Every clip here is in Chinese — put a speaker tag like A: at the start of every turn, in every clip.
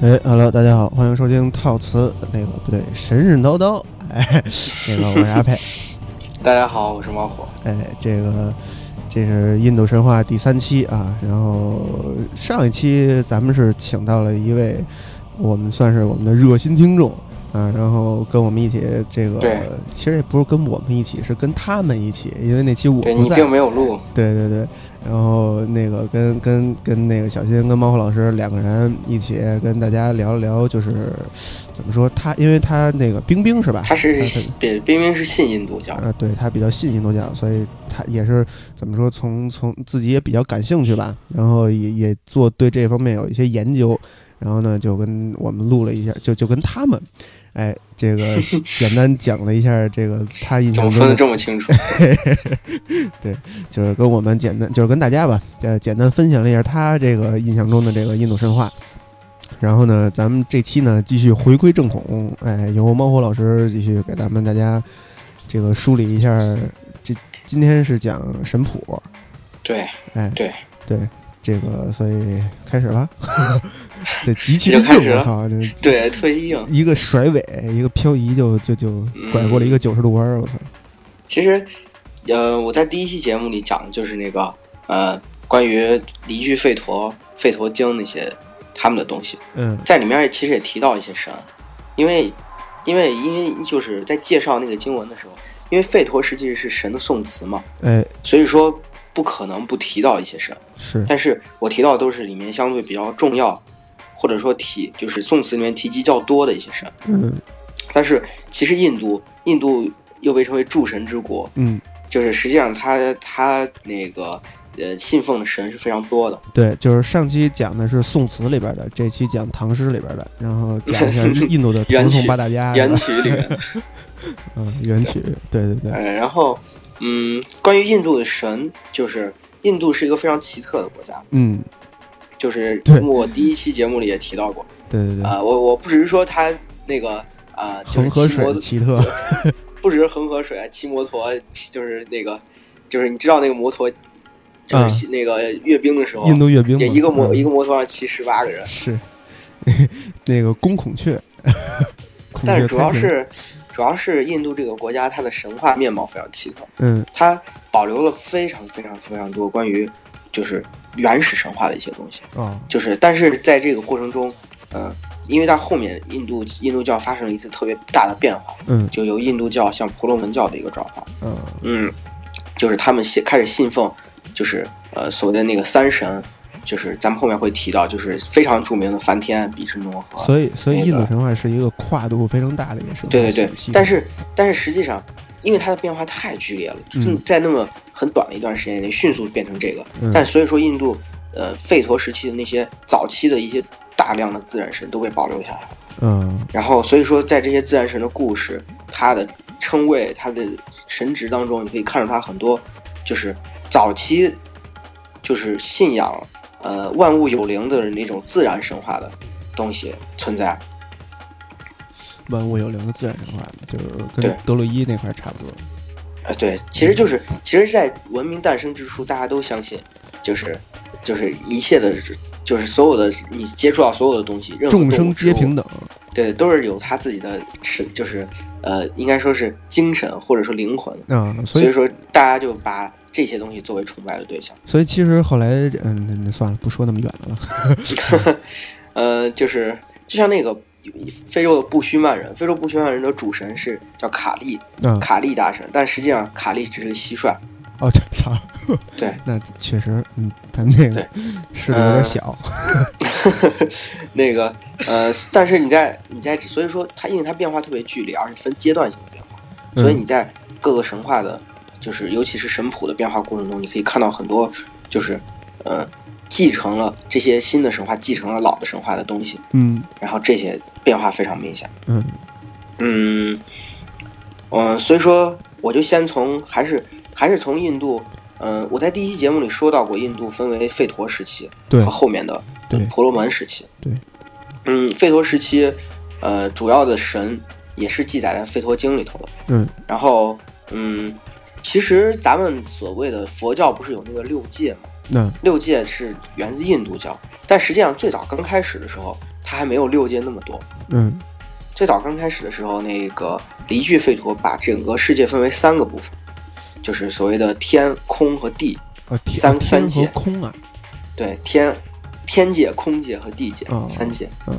A: 哎，Hello，大家好，欢迎收听套词，那个不对，神神叨叨， 哎，那个我是阿 佩，
B: 大家好，我是猫火。
A: 哎，这个这是印度神话第三期啊，然后上一期咱们是请到了一位我们算是我们的热心听众啊，然后跟我们一起这个
B: 对，
A: 其实也不是跟我们一起，是跟他们一起，因为那期我
B: 对
A: 不
B: 你
A: 在，
B: 并没 有录，
A: 对对对，然后那个跟跟跟那个小新跟猫火老师两个人一起跟大家聊一聊，就是怎么说他，因为他那个冰冰是吧？
B: 他是
A: 他是
B: 别冰冰是信印度教的，
A: 啊，对他比较信印度教，啊所以他也是怎么说，从从自己也比较感兴趣吧，然后也也做对这方面有一些研究，然后呢就跟我们录了一下，就就跟他们，哎，这个简单讲了一下这个他印
B: 怎
A: 象
B: 么
A: 中的
B: 分得这么清
A: 嗯
B: 楚？
A: 就是跟我们简单，就是跟大家吧，呃，简单分享了一下他这个印象中的这个印度神话。然后呢，咱们这期呢继续回归正统，哎，由猫火老师继续给咱们大家这个梳理一下。这今天是讲神谱，
B: 对，
A: 哎，
B: 对
A: 对，这个所以开始 吧，这极其
B: 就
A: 的
B: 开始
A: 硬，我
B: 了
A: 操，这
B: 对，特硬。
A: 一个甩尾，一个漂移就就就拐过了一个九十度弯儿，我操，
B: 其实，呃，我在第一期节目里讲的就是那个呃，关于离居吠陀、吠陀经那些他们的东西，
A: 嗯
B: 在里面其实也提到一些神，因为因为因为就是在介绍那个经文的时候，因为吠陀实际是神的宋词嘛，
A: 哎，
B: 所以说不可能不提到一些神。
A: 是，
B: 但是我提到的都是里面相对比较重要，或者说提就是宋词里面提及较多的一些神。
A: 嗯
B: 但是其实印度，印度又被称为诸神之国，
A: 嗯，
B: 就是实际上它它那个呃信奉的神是非常多的。
A: 对，就是上期讲的是宋词里边的，这期讲唐诗里边的，然后讲一下印度的
B: 元
A: 唐宋
B: 曲
A: 八大家，
B: 元曲里面，
A: 嗯，元曲，对对对，
B: 嗯，然后嗯，关于印度的神，就是印度是一个非常奇特的国家，
A: 嗯，
B: 就是
A: 对
B: 我第一期节目里也提到过
A: 对对对，
B: 啊、我我不只是说它那个啊、就是
A: 恒河
B: 骑摩
A: 水
B: 托
A: 奇特，
B: 不只是恒河水，骑摩托就是那个，就是你知道那个摩托，就是骑那个阅兵的时候，
A: 嗯印度阅兵
B: 也
A: 嘛
B: 一个摩、
A: 嗯
B: 一个摩托上骑十八个人，
A: 是 那个公孔雀， 孔
B: 但
A: 雀
B: 是主要
A: 开屏
B: 是主要是印度这个国家它的神话面貌非常奇特，
A: 嗯
B: 它保留了非常非常非常多关于就是原始神话的一些东西，
A: 哦，
B: 就是但是在这个过程中，嗯、因为它后面印度印度教发生了一次特别大的变化，
A: 嗯
B: 就由印度教向婆罗门教的一个转化。
A: 嗯
B: 嗯，就是他们信开始信奉，就是呃所谓的那个三神，就是咱们后面会提到，就是非常著名的梵天、啊比湿奴和。
A: 所以所以
B: 那
A: 印度
B: 个
A: 神话是一个跨度非常大的一个神话
B: 对对对
A: 体系，
B: 但是但是实际上，因为它的变化太剧烈了，就是
A: 嗯
B: 在那么很短的一段时间内迅速变成这个。
A: 嗯
B: 但所以说，印度呃吠陀时期的那些早期的一些大量的自然神都被保留下来了。
A: 嗯
B: 然后所以说，在这些自然神的故事，它的称谓、它的神职当中，你可以看到它很多就是早期就是信仰呃万物有灵的那种自然神话的东西存在。
A: 万物有灵的自然神话，就是跟
B: 对
A: 德洛伊那块儿差不多，
B: 呃，对，其实就是其实，在文明诞生之初，大家都相信，就是就是一切的，就是所有的你接触到所有的东西，任何
A: 众
B: 动物
A: 生皆
B: 植物
A: 平等，
B: 对，都是有他自己的是就是呃，应该说是精神或者说灵魂。
A: 啊，所
B: 所
A: 以
B: 以说大家就把这些东西作为崇拜的对象。
A: 所以其实后来，嗯，那那算了，不说那么远的了。
B: 呃，就是就像那个非洲的布须曼人，非洲布须曼人的主神是叫卡利，
A: 嗯，
B: 卡利大神，但实际上卡利只是蟋蟀。
A: 哦，这 操，
B: 对，
A: 那确实，嗯，咱们这个
B: 对呃
A: 势力有点小。
B: 那个呃，但是你在你在，所以说它因为它变化特别剧烈，而且分阶段性的变化，所以你在各个神话的，就是尤其是神谱的变化过程中，你可以看到很多就是呃继承了这些新的神话，继承了老的神话的东西，
A: 嗯
B: 然后这些变化非常明显。
A: 嗯
B: 嗯，嗯，所以说我就先从还是还是从印度，嗯、我在第一期节目里说到过，印度分为吠陀时期
A: 对
B: 和后面的
A: 嗯对
B: 婆罗门时期。
A: 对，
B: 嗯，吠陀时期，呃，主要的神也是记载在《吠陀经》里头的。
A: 嗯
B: 然后，嗯，其实咱们所谓的佛教不是有那个六戒吗？
A: 那
B: 六戒是源自印度教，但实际上最早刚开始的时候，它还没有六阶那么多。
A: 嗯
B: 最早刚开始的时候，那个离句吠陀把整个世界分为三个部分，就是所谓的天、空和地。
A: 啊，天
B: 三
A: 啊天
B: 三界
A: 和空啊，
B: 对，天天界、空界和地界、
A: 哦
B: 三界。
A: 嗯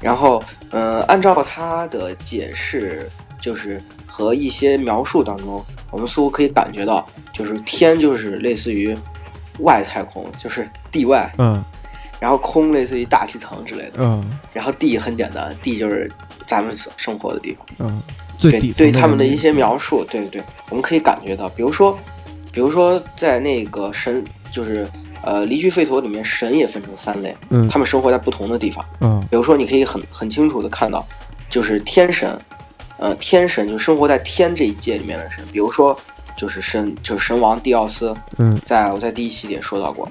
B: 然后，呃，按照他的解释，就是和一些描述当中，我们似乎可以感觉到，就是天就是类似于外太空，就是地外，
A: 嗯
B: 然后空类似于大气层之类的，
A: 嗯
B: 然后地很简单，地就是咱们所生活的地方。
A: 嗯，最
B: 对
A: 底
B: 对
A: 层
B: 他们的
A: 那
B: 一
A: 个
B: 些描述，对对对，我们可以感觉到，比如说，比如说在那个神，就是呃离居吠陀里面，神也分成三类，
A: 嗯
B: 他们生活在不同的地方。
A: 嗯
B: 比如说，你可以很很清楚的看到，就是天神，呃，天神就生活在天这一界里面的神，比如说就是神就是神王蒂奥斯，
A: 嗯
B: 在我在第一期里也说到过，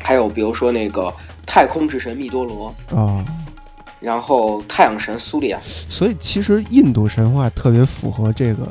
B: 还有比如说那个太空之神密多罗，
A: 哦，
B: 然后太阳神苏利亚，
A: 所以其实印度神话特别符合这个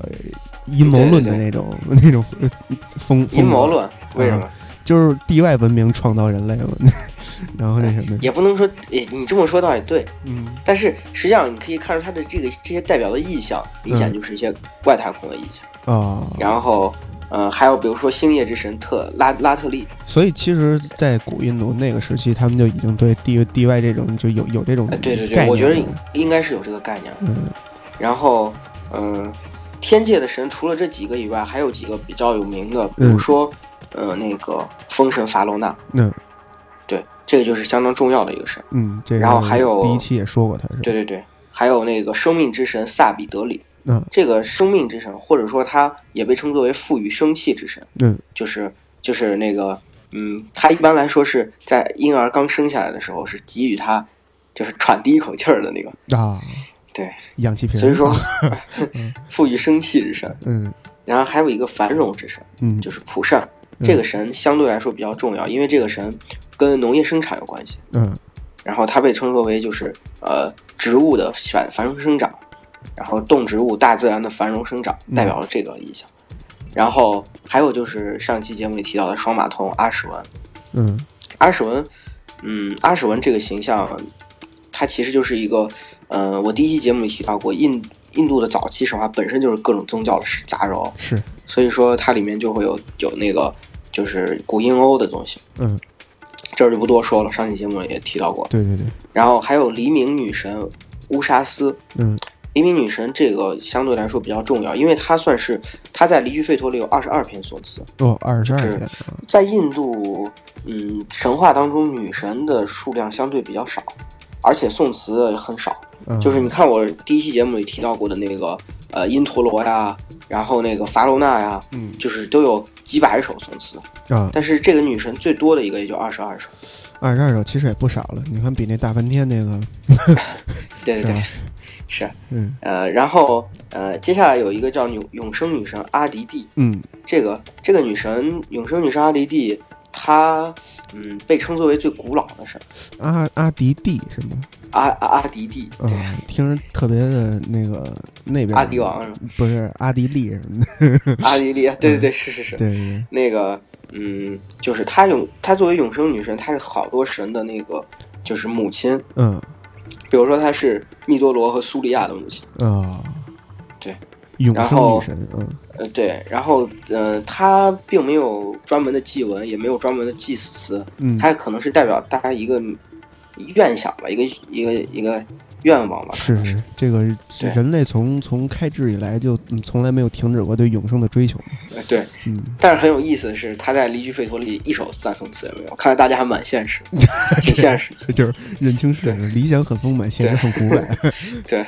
A: 阴谋论的那种那种呃风风格
B: 阴谋，论为什么？
A: 就是地外文明创造人类嘛， 然后那什么，
B: 哎也不能说，也你这么说倒也对，
A: 嗯
B: 但是实际上你可以看出它的这个这些代表的意象，
A: 嗯
B: 明显就是一些外太空的意象。
A: 哦，
B: 然后，呃，还有比如说星夜之神特拉拉特利，
A: 所以其实，在古印度那个时期，他们就已经对地地外这种就有有这种
B: 哎，对
A: 嗯概
B: 对对，
A: 念
B: 我觉得
A: 了
B: 应该是有这个概念的。
A: 嗯
B: 然后，嗯、天界的神除了这几个以外，还有几个比较有名的，比如说，呃，那个风神法罗那，
A: 嗯
B: 对，这个就是相当重要的一个神。
A: 嗯，这个
B: 然后还有
A: 第一期也说过他是
B: 对对对，还有那个生命之神萨比德里，
A: 嗯
B: 这个生命之神，或者说它也被称作为赋予生气之神，
A: 嗯
B: 就是就是那个，嗯，它一般来说是在婴儿刚生下来的时候是给予他就是喘第一口气儿的那个，
A: 啊，
B: 对，
A: 氧气瓶，啊
B: 所以 说 赋予生气之神，
A: 嗯
B: 然后还有一个繁荣之神，
A: 嗯
B: 就是普善，这个神相对来说比较重要，因为这个神跟农业生产有关系，
A: 嗯
B: 然后它被称作为就是呃植物的繁繁荣生长，然后动植物大自然的繁荣生长代表了这个意象。然后还有就是上期节目里提到的双马童阿史文，
A: 嗯
B: 阿史文，嗯，阿史文这个形象，它其实就是一个，呃，我第一期节目里提到过，印印度的早期神话本身就是各种宗教的杂糅，
A: 是
B: 所以说它里面就会有有那个就是古印欧的东西，
A: 嗯
B: 这儿就不多说了，上期节目里也提到过。
A: 对对对
B: 然后还有黎明女神乌沙斯，
A: 嗯
B: 黎明女神这个相对来说比较重要，因为她算是她在《离居吠陀》里有二十二篇颂词，
A: 哦二十二
B: 是
A: 天啊
B: 在印度，嗯，神话当中女神的数量相对比较少，而且宋词很少。
A: 嗯
B: 就是你看我第一期节目里提到过的那个，呃，因陀罗呀，然后那个伐楼那呀，
A: 嗯
B: 就是都有几百首宋词，
A: 啊
B: 但是这个女神最多的一个也就二十二首。
A: 二十二首其实也不少了，你看比那大梵天那个
B: 对对
A: 是
B: 对
A: 吧，
B: 是。
A: 嗯
B: 呃，然后呃，接下来有一个叫永永生女神阿迪蒂，
A: 嗯
B: 这个这个女神永生女神阿迪蒂，她嗯被称作为最古老的神
A: 阿阿迪蒂是吗？
B: 阿阿阿迪蒂，
A: 啊，听着特别的那个那边
B: 阿迪王是吗
A: 不是阿迪利什么的，
B: 阿迪利，对对对，是是是，
A: 对对
B: 那个嗯，就是她永她作为永生女神，她是好多神的那个就是母亲，
A: 对，嗯
B: 比如说她是密多罗和苏利亚的母亲，
A: 啊，
B: 对，
A: 永
B: 然
A: 生
B: 后
A: 女神，嗯
B: 呃对，然后呃她并没有专门的祭文，也没有专门的祭祀，
A: 嗯
B: 它可能是代表大家一个愿想吧，一个一个一个愿望吧。
A: 是是，这个
B: 啊对
A: 人类从从开智以来就嗯从来没有停止过对永生的追求，
B: 呃对，
A: 嗯，
B: 但是很有意思的是，他在《离居吠陀》里一首赞颂词也没有，看来大家还蛮 现实，挺现实。
A: 就是认清事实，理想很丰满，现实很骨感，
B: 对，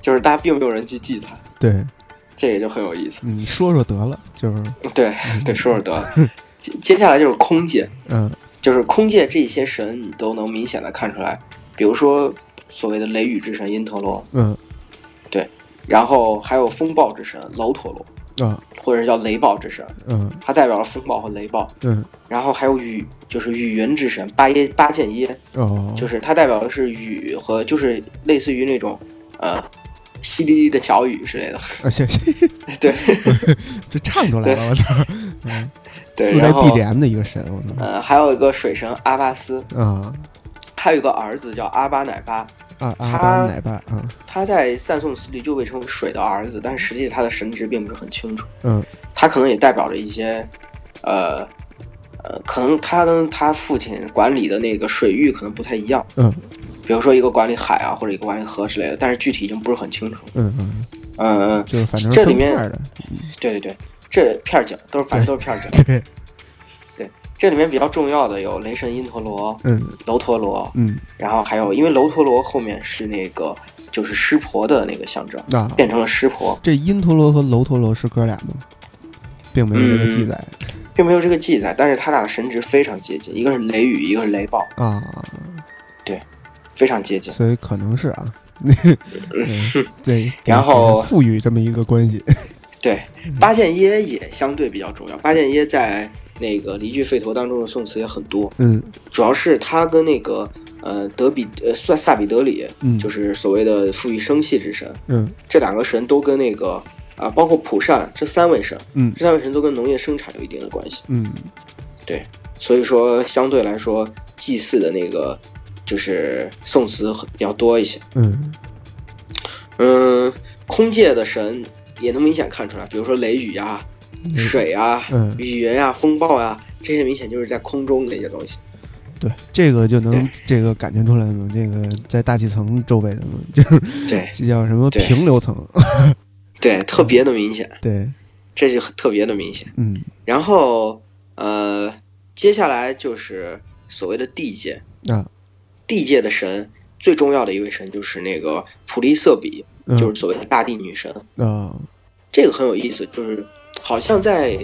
B: 就是大家并没有人去记他，
A: 对，
B: 这个就很有意思。
A: 嗯，说说得了，就是
B: 对对，说说得 了。接接下来就是空界，
A: 嗯
B: 就是空界这些神，你都能明显的看出来，比如说所谓的雷雨之神因陀罗，
A: 嗯
B: 然后还有风暴之神楼陀罗，
A: 啊
B: 或者叫雷暴之神，
A: 嗯
B: 它代表了风暴和雷暴。
A: 嗯
B: 然后还有雨，就是雨云之神八耶八剑耶，
A: 哦，
B: 就是它代表的是雨和就是类似于那种呃淅沥沥的小雨之类的。
A: 啊行行，
B: 对
A: 这唱出来了，我 操，嗯，
B: 对，
A: 自带
B: 然后
A: BGM 的一个神，我操
B: 呃还有一个水神阿巴斯，
A: 啊，
B: 他有个儿子叫阿巴乃巴，
A: 啊
B: 他
A: 阿巴奶爸啊，
B: 他在赞颂词里就被称为水的儿子，但实际他的神职并不是很清楚。
A: 嗯，
B: 他可能也代表着一些，呃，呃，可能他跟他父亲管理的那个水域可能不太一样。
A: 嗯，
B: 比如说一个管理海啊，或者一个管理河之类的，但是具体已经不是很清楚。
A: 嗯嗯，
B: 嗯嗯，
A: 就是反正
B: 这
A: 分
B: 里面
A: 块儿的，
B: 对对对，这片儿警都是反正都是片儿警。
A: 对，
B: 这里面比较重要的有雷神因陀罗、
A: 嗯
B: 楼陀罗，
A: 嗯，
B: 然后还有因为楼陀罗后面是那个就是湿婆的那个象征，
A: 那、
B: 变成了湿婆，
A: 这因陀罗和楼陀罗是哥俩吗？并没有这个记载、
B: 并没有这个记载，但是他俩的神职非常接近，一个是雷雨，一个是雷暴，
A: 啊，
B: 非常接近。
A: 所以可能是啊，嗯、对，给
B: 然后
A: 给赋予这么一个关系，
B: 对，八剑耶也相对比较重要，八剑耶在那个离句吠陀当中的宋词也很多，
A: 嗯
B: 主要是他跟那个呃德比呃算萨比德里，
A: 嗯，
B: 就是是所谓的赋予生气之神，
A: 嗯
B: 这两个神都跟那个啊、包括普善这三位神，
A: 嗯
B: 这三位神都跟农业生产有一定的关系，
A: 嗯
B: 所以说相对来说祭祀的那个就是宋词比较多一些。
A: 嗯
B: 嗯，空界的神也能明显看出来，比如说雷雨啊、
A: 嗯
B: 水啊、
A: 嗯
B: 雨云啊、风暴啊，这些明显就是在空中的一些东西。
A: 对，这个就能
B: 对
A: 这个感觉出来嘛，这个在大气层周围的嘛，就是
B: 对
A: 这叫什么
B: 对
A: 平流层，
B: 对，特别的明显，
A: 对，
B: 这就很特别的明显。
A: 嗯
B: 然后呃，接下来就是所谓的地界，
A: 啊
B: 地界的神最重要的一位神就是那个普利瑟比，
A: 嗯
B: 就是所谓的大地女神。
A: 啊
B: 这个很有意思，就是好像在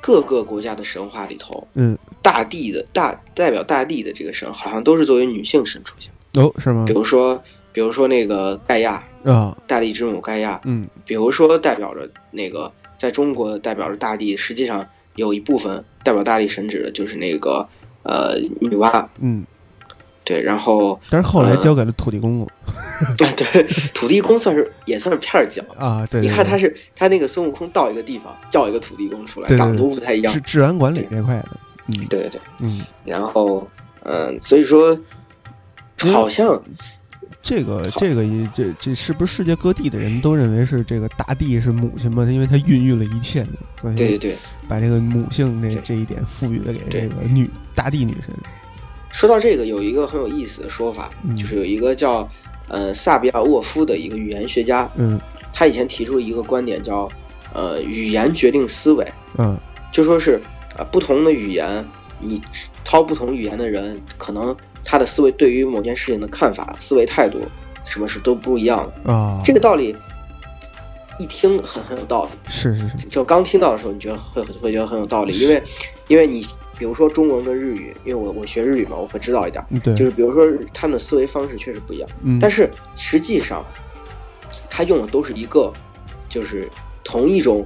B: 各个国家的神话里头，
A: 嗯
B: 大地的大代表大地的这个神，好像都是作为女性神出现。
A: 哦是吗
B: 比？如说，比如说那个盖亚，
A: 啊
B: 大地之母盖亚，
A: 嗯
B: 比如说代表着那个在中国代表着大地，实际上有一部分代表大地神指的就是那个呃女娲，
A: 嗯，
B: 对，然后
A: 但是后来交给了土地公公
B: 对土地公算是也算是片儿讲。
A: 啊，对，
B: 你
A: 对
B: 看，
A: 对
B: 他是他那个孙悟空到一个地方叫一个土地公出来，
A: 对对
B: 长得
A: 对
B: 都不太一样
A: 治。治安管理这块的，嗯
B: 对对对，
A: 嗯，
B: 然后嗯、所以说
A: 为嗯
B: 好像
A: 这个这个一这这是不是世界各地的人都认为是这个大地是母亲嘛？因为它孕育了一切嘛，所
B: 对对
A: 以
B: 对。
A: 把这个母性这
B: 对
A: 这一点赋予了给
B: 对
A: 这个女大地女神，
B: 说到这个，有一个很有意思的说法，
A: 嗯
B: 就是有一个叫呃萨比尔沃夫的一个语言学家，
A: 嗯
B: 他以前提出一个观点叫呃语言决定思维，
A: 啊
B: 就说是呃不同的语言，你操不同语言的人，可能他的思维对于某件事情的看法、思维态度，什么是都不一样的。
A: 啊，
B: 这个道理一听很很有道理，
A: 是是是，
B: 就刚听到的时候，你觉得会会觉得很有道理，因为因为你比如说中文跟日语，因为我我学日语嘛，我会知道一点。
A: 嗯对，
B: 就是比如说他们的思维方式确实不一样，
A: 嗯，
B: 但是实际上他用的都是一个，就是同一种，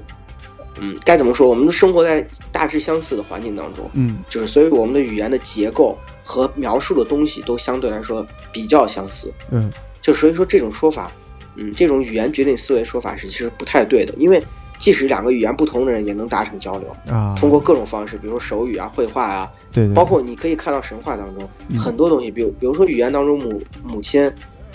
B: 嗯，该怎么说？我们都生活在大致相似的环境当中，
A: 嗯
B: 就是所以我们的语言的结构和描述的东西都相对来说比较相似，
A: 嗯
B: 就所以说这种说法，嗯，这种语言决定思维说法是其实不太对的，因为即使两个语言不同的人也能达成交流，
A: 啊，
B: 通过各种方式，比如说手语啊、绘画啊，
A: 对对，
B: 包括你可以看到神话当中
A: 嗯
B: 很多东西，比如比如说语言当中母母亲，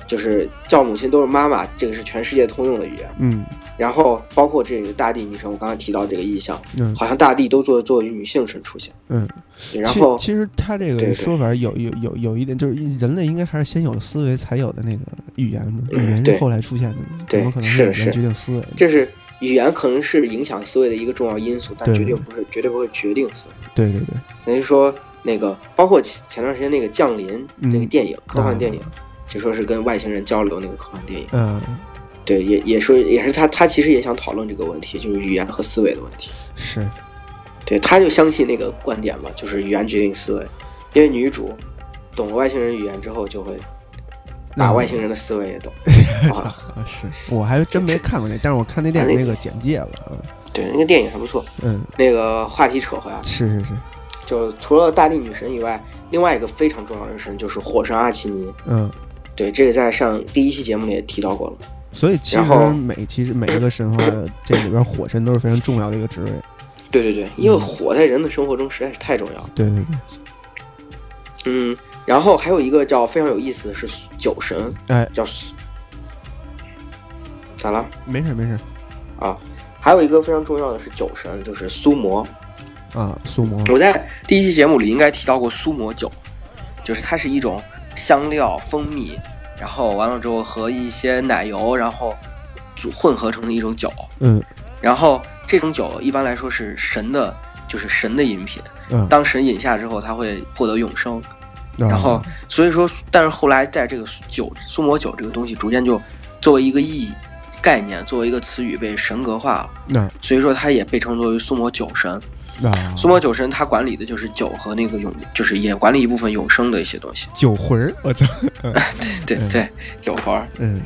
B: 就是叫母亲都是妈妈，这个是全世界通用的语言。
A: 嗯
B: 然后包括这个大地女神，我刚才提到这个意象，
A: 嗯
B: 好像大地都作作为女性神出现。
A: 嗯，
B: 对然后
A: 其其实他这
B: 对
A: 个
B: 对
A: 说法有有有有一点，就是人类应该还是先有了思维才有的那个语言嘛，
B: 嗯
A: 语言
B: 对
A: 是后来出现的，
B: 对
A: 怎么可能
B: 是
A: 语
B: 是
A: 言决定思维？
B: 这是语言可能是影响思维的一个重要因素，但
A: 对
B: 绝对不是绝对不会决定思维。
A: 对对对，
B: 等于说那个包括前前段时间那个《降临》
A: 嗯
B: 那个电影，科幻
A: 啊
B: 电影，就说是跟外星人交流那个科幻电影。
A: 嗯，
B: 对，也也说也是他，他其实也想讨论这个问题，就是语言和思维的问题。
A: 是，
B: 对，他就相信那个观点嘛，就是语言决定思维，因为女主懂了外星人语言之后，就会把
A: 嗯
B: 外星人的思维也懂。啊，
A: 啊是，我还真没看过那，但是我看那电影那个简介了，
B: 对，那个电影还不错。
A: 嗯，
B: 那个话题扯回来，
A: 是是是，
B: 就除了大地女神以外，另外一个非常重要的神就是火神阿奇尼。
A: 嗯。
B: 对，这个在上第一期节目里也提到过了。
A: 所以其
B: 然后
A: 实每其实每一个神话的这里边火神都是非常重要的一个职位，
B: 对对对，因为火在人的生活中实在是太重要了。
A: 对对对，
B: 嗯，然后还有一个叫非常有意思的是酒神，
A: 哎，
B: 叫咋了
A: 没事没事
B: 啊？还有一个非常重要的是酒神，就是苏魔。
A: 啊，苏魔
B: 我在第一期节目里应该提到过苏魔酒，就是它是一种香料、蜂蜜，然后完了之后和一些奶油，然后组混合成的一种酒。
A: 嗯
B: 然后这种酒一般来说是神的，就是神的饮品。
A: 嗯，
B: 当神饮下之后，他会获得永生。
A: 然
B: 然后，所以说，但是后来在这个酒苏魔酒这个东西逐渐就作为一个意义概念，作为一个词语被神格化了。
A: 那
B: 所以说，它也被称作为苏魔酒神。
A: 那
B: 苏魔酒神他管理的就是酒和那个永，就是也管理一部分永生的一些东西。
A: 酒魂儿，我操，
B: 对
A: 嗯
B: 对，酒环儿，
A: 嗯，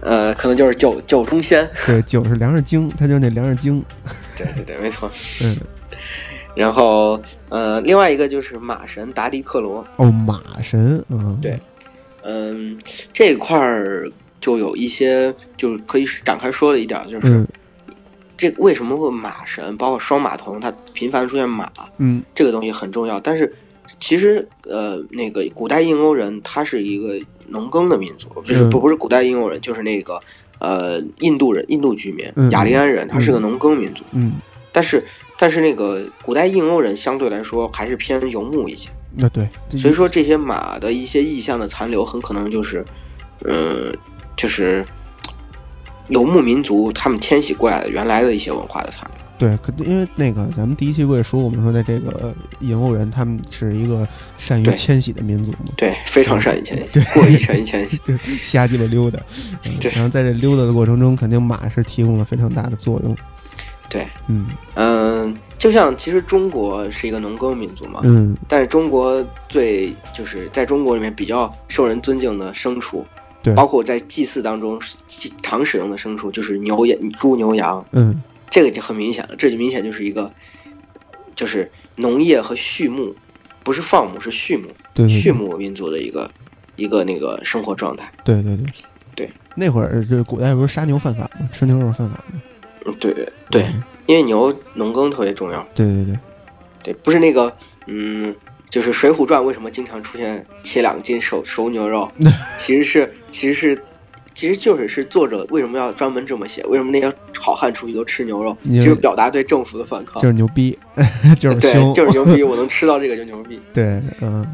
B: 呃，可能就是酒酒中仙。
A: 对，酒是粮食精，它就是那粮食精，
B: 对对对，没错。
A: 嗯，
B: 然后，呃，另外一个就是马神达迪克罗，
A: 哦，马神，嗯，
B: 对嗯，这块儿就有一些就是可以展开说的一点儿，就是、
A: 嗯
B: 这为什么会马神，包括双马童，它频繁地出现马
A: 嗯
B: 这个东西很重要。但是其实呃，那个古代印欧人他是一个农耕的民族，就是
A: 嗯
B: 不不是古代印欧人，就是那个呃印度人、印度居民
A: 嗯
B: 雅利安人，他是个农耕民族。
A: 嗯，
B: 但是但是那个古代印欧人相对来说还是偏游牧一些，
A: 那啊对，
B: 所以说这些马的一些意象的残留，很可能就是，呃，就是游牧民族他们迁徙过来的原来的一些文化的残留。
A: 对，可因为那个咱们第一期不也说过吗？说的这个印欧人他们是一个善于
B: 对
A: 迁徙的民族嘛，
B: 对，非常善于迁徙，过于善于迁徙。
A: 瞎鸡巴溜 达，嗯
B: 对
A: 然后在这溜达的过程中，肯定马是提供了非常大的作用，
B: 对，
A: 嗯
B: 嗯，就像其实中国是一个农耕民族嘛，
A: 嗯，
B: 但是中国最就是在中国里面比较受人尊敬的牲畜
A: 对，
B: 包括在祭祀当中祭常使用的牲畜，就是牛、羊、猪、牛、羊，
A: 嗯，
B: 这个就很明显了，这就明显就是一个，就是农业和畜牧，不是放牧，是畜牧，
A: 对对
B: 畜
A: 对
B: 牧民族的一个一个那个生活状态。
A: 对对对
B: 对。
A: 那会儿就是古代不是杀牛犯法吗？吃牛肉犯法吗？
B: 嗯，对对，啊因为牛农耕特别重要，
A: 对对对，
B: 对，不是那个，嗯，就是《水浒传》为什么经常出现切两斤熟熟 牛肉，其实是其实是。其实就是是作者为什么要专门这么写？为什么那些好汉出去都吃牛肉？
A: 因为
B: 就是表达对政府的反抗
A: 就。是牛逼， 就是
B: 对，
A: 凶，
B: 就是牛逼，我能吃到这个就牛逼。
A: 对，嗯，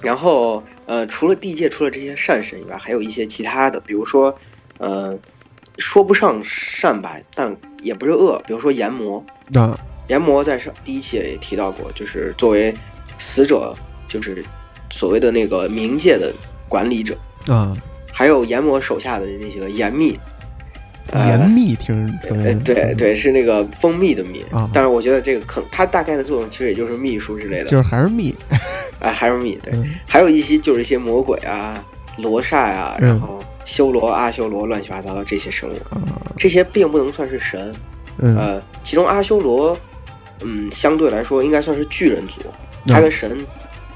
B: 然后呃，除了地界，除了这些善神以外，还有一些其他的，比如说呃，说不上善吧，但也不是恶，比如说炎魔。
A: 那
B: 炎魔在上第一期也提到过，就是作为死者，就是所谓的那个冥界的管理者，
A: 啊，
B: 还有炎魔手下的那些个炎蜜。呃
A: 严密听着特别
B: 呃，，对对，是那个蜂蜜的蜜
A: 嗯啊，
B: 但是我觉得这个可它大概的作用其实也就是秘书之类的，
A: 就是还是密，
B: 啊，还是蜜，对，
A: 嗯
B: 还有一些就是一些魔鬼啊、罗刹呀、
A: 嗯
B: 然后修罗、阿修罗、乱七八糟的这些生物，
A: 啊，
B: 这些并不能算是神。
A: 嗯，
B: 呃，其中阿修罗，嗯，相对来说应该算是巨人族，
A: 嗯
B: 它跟神，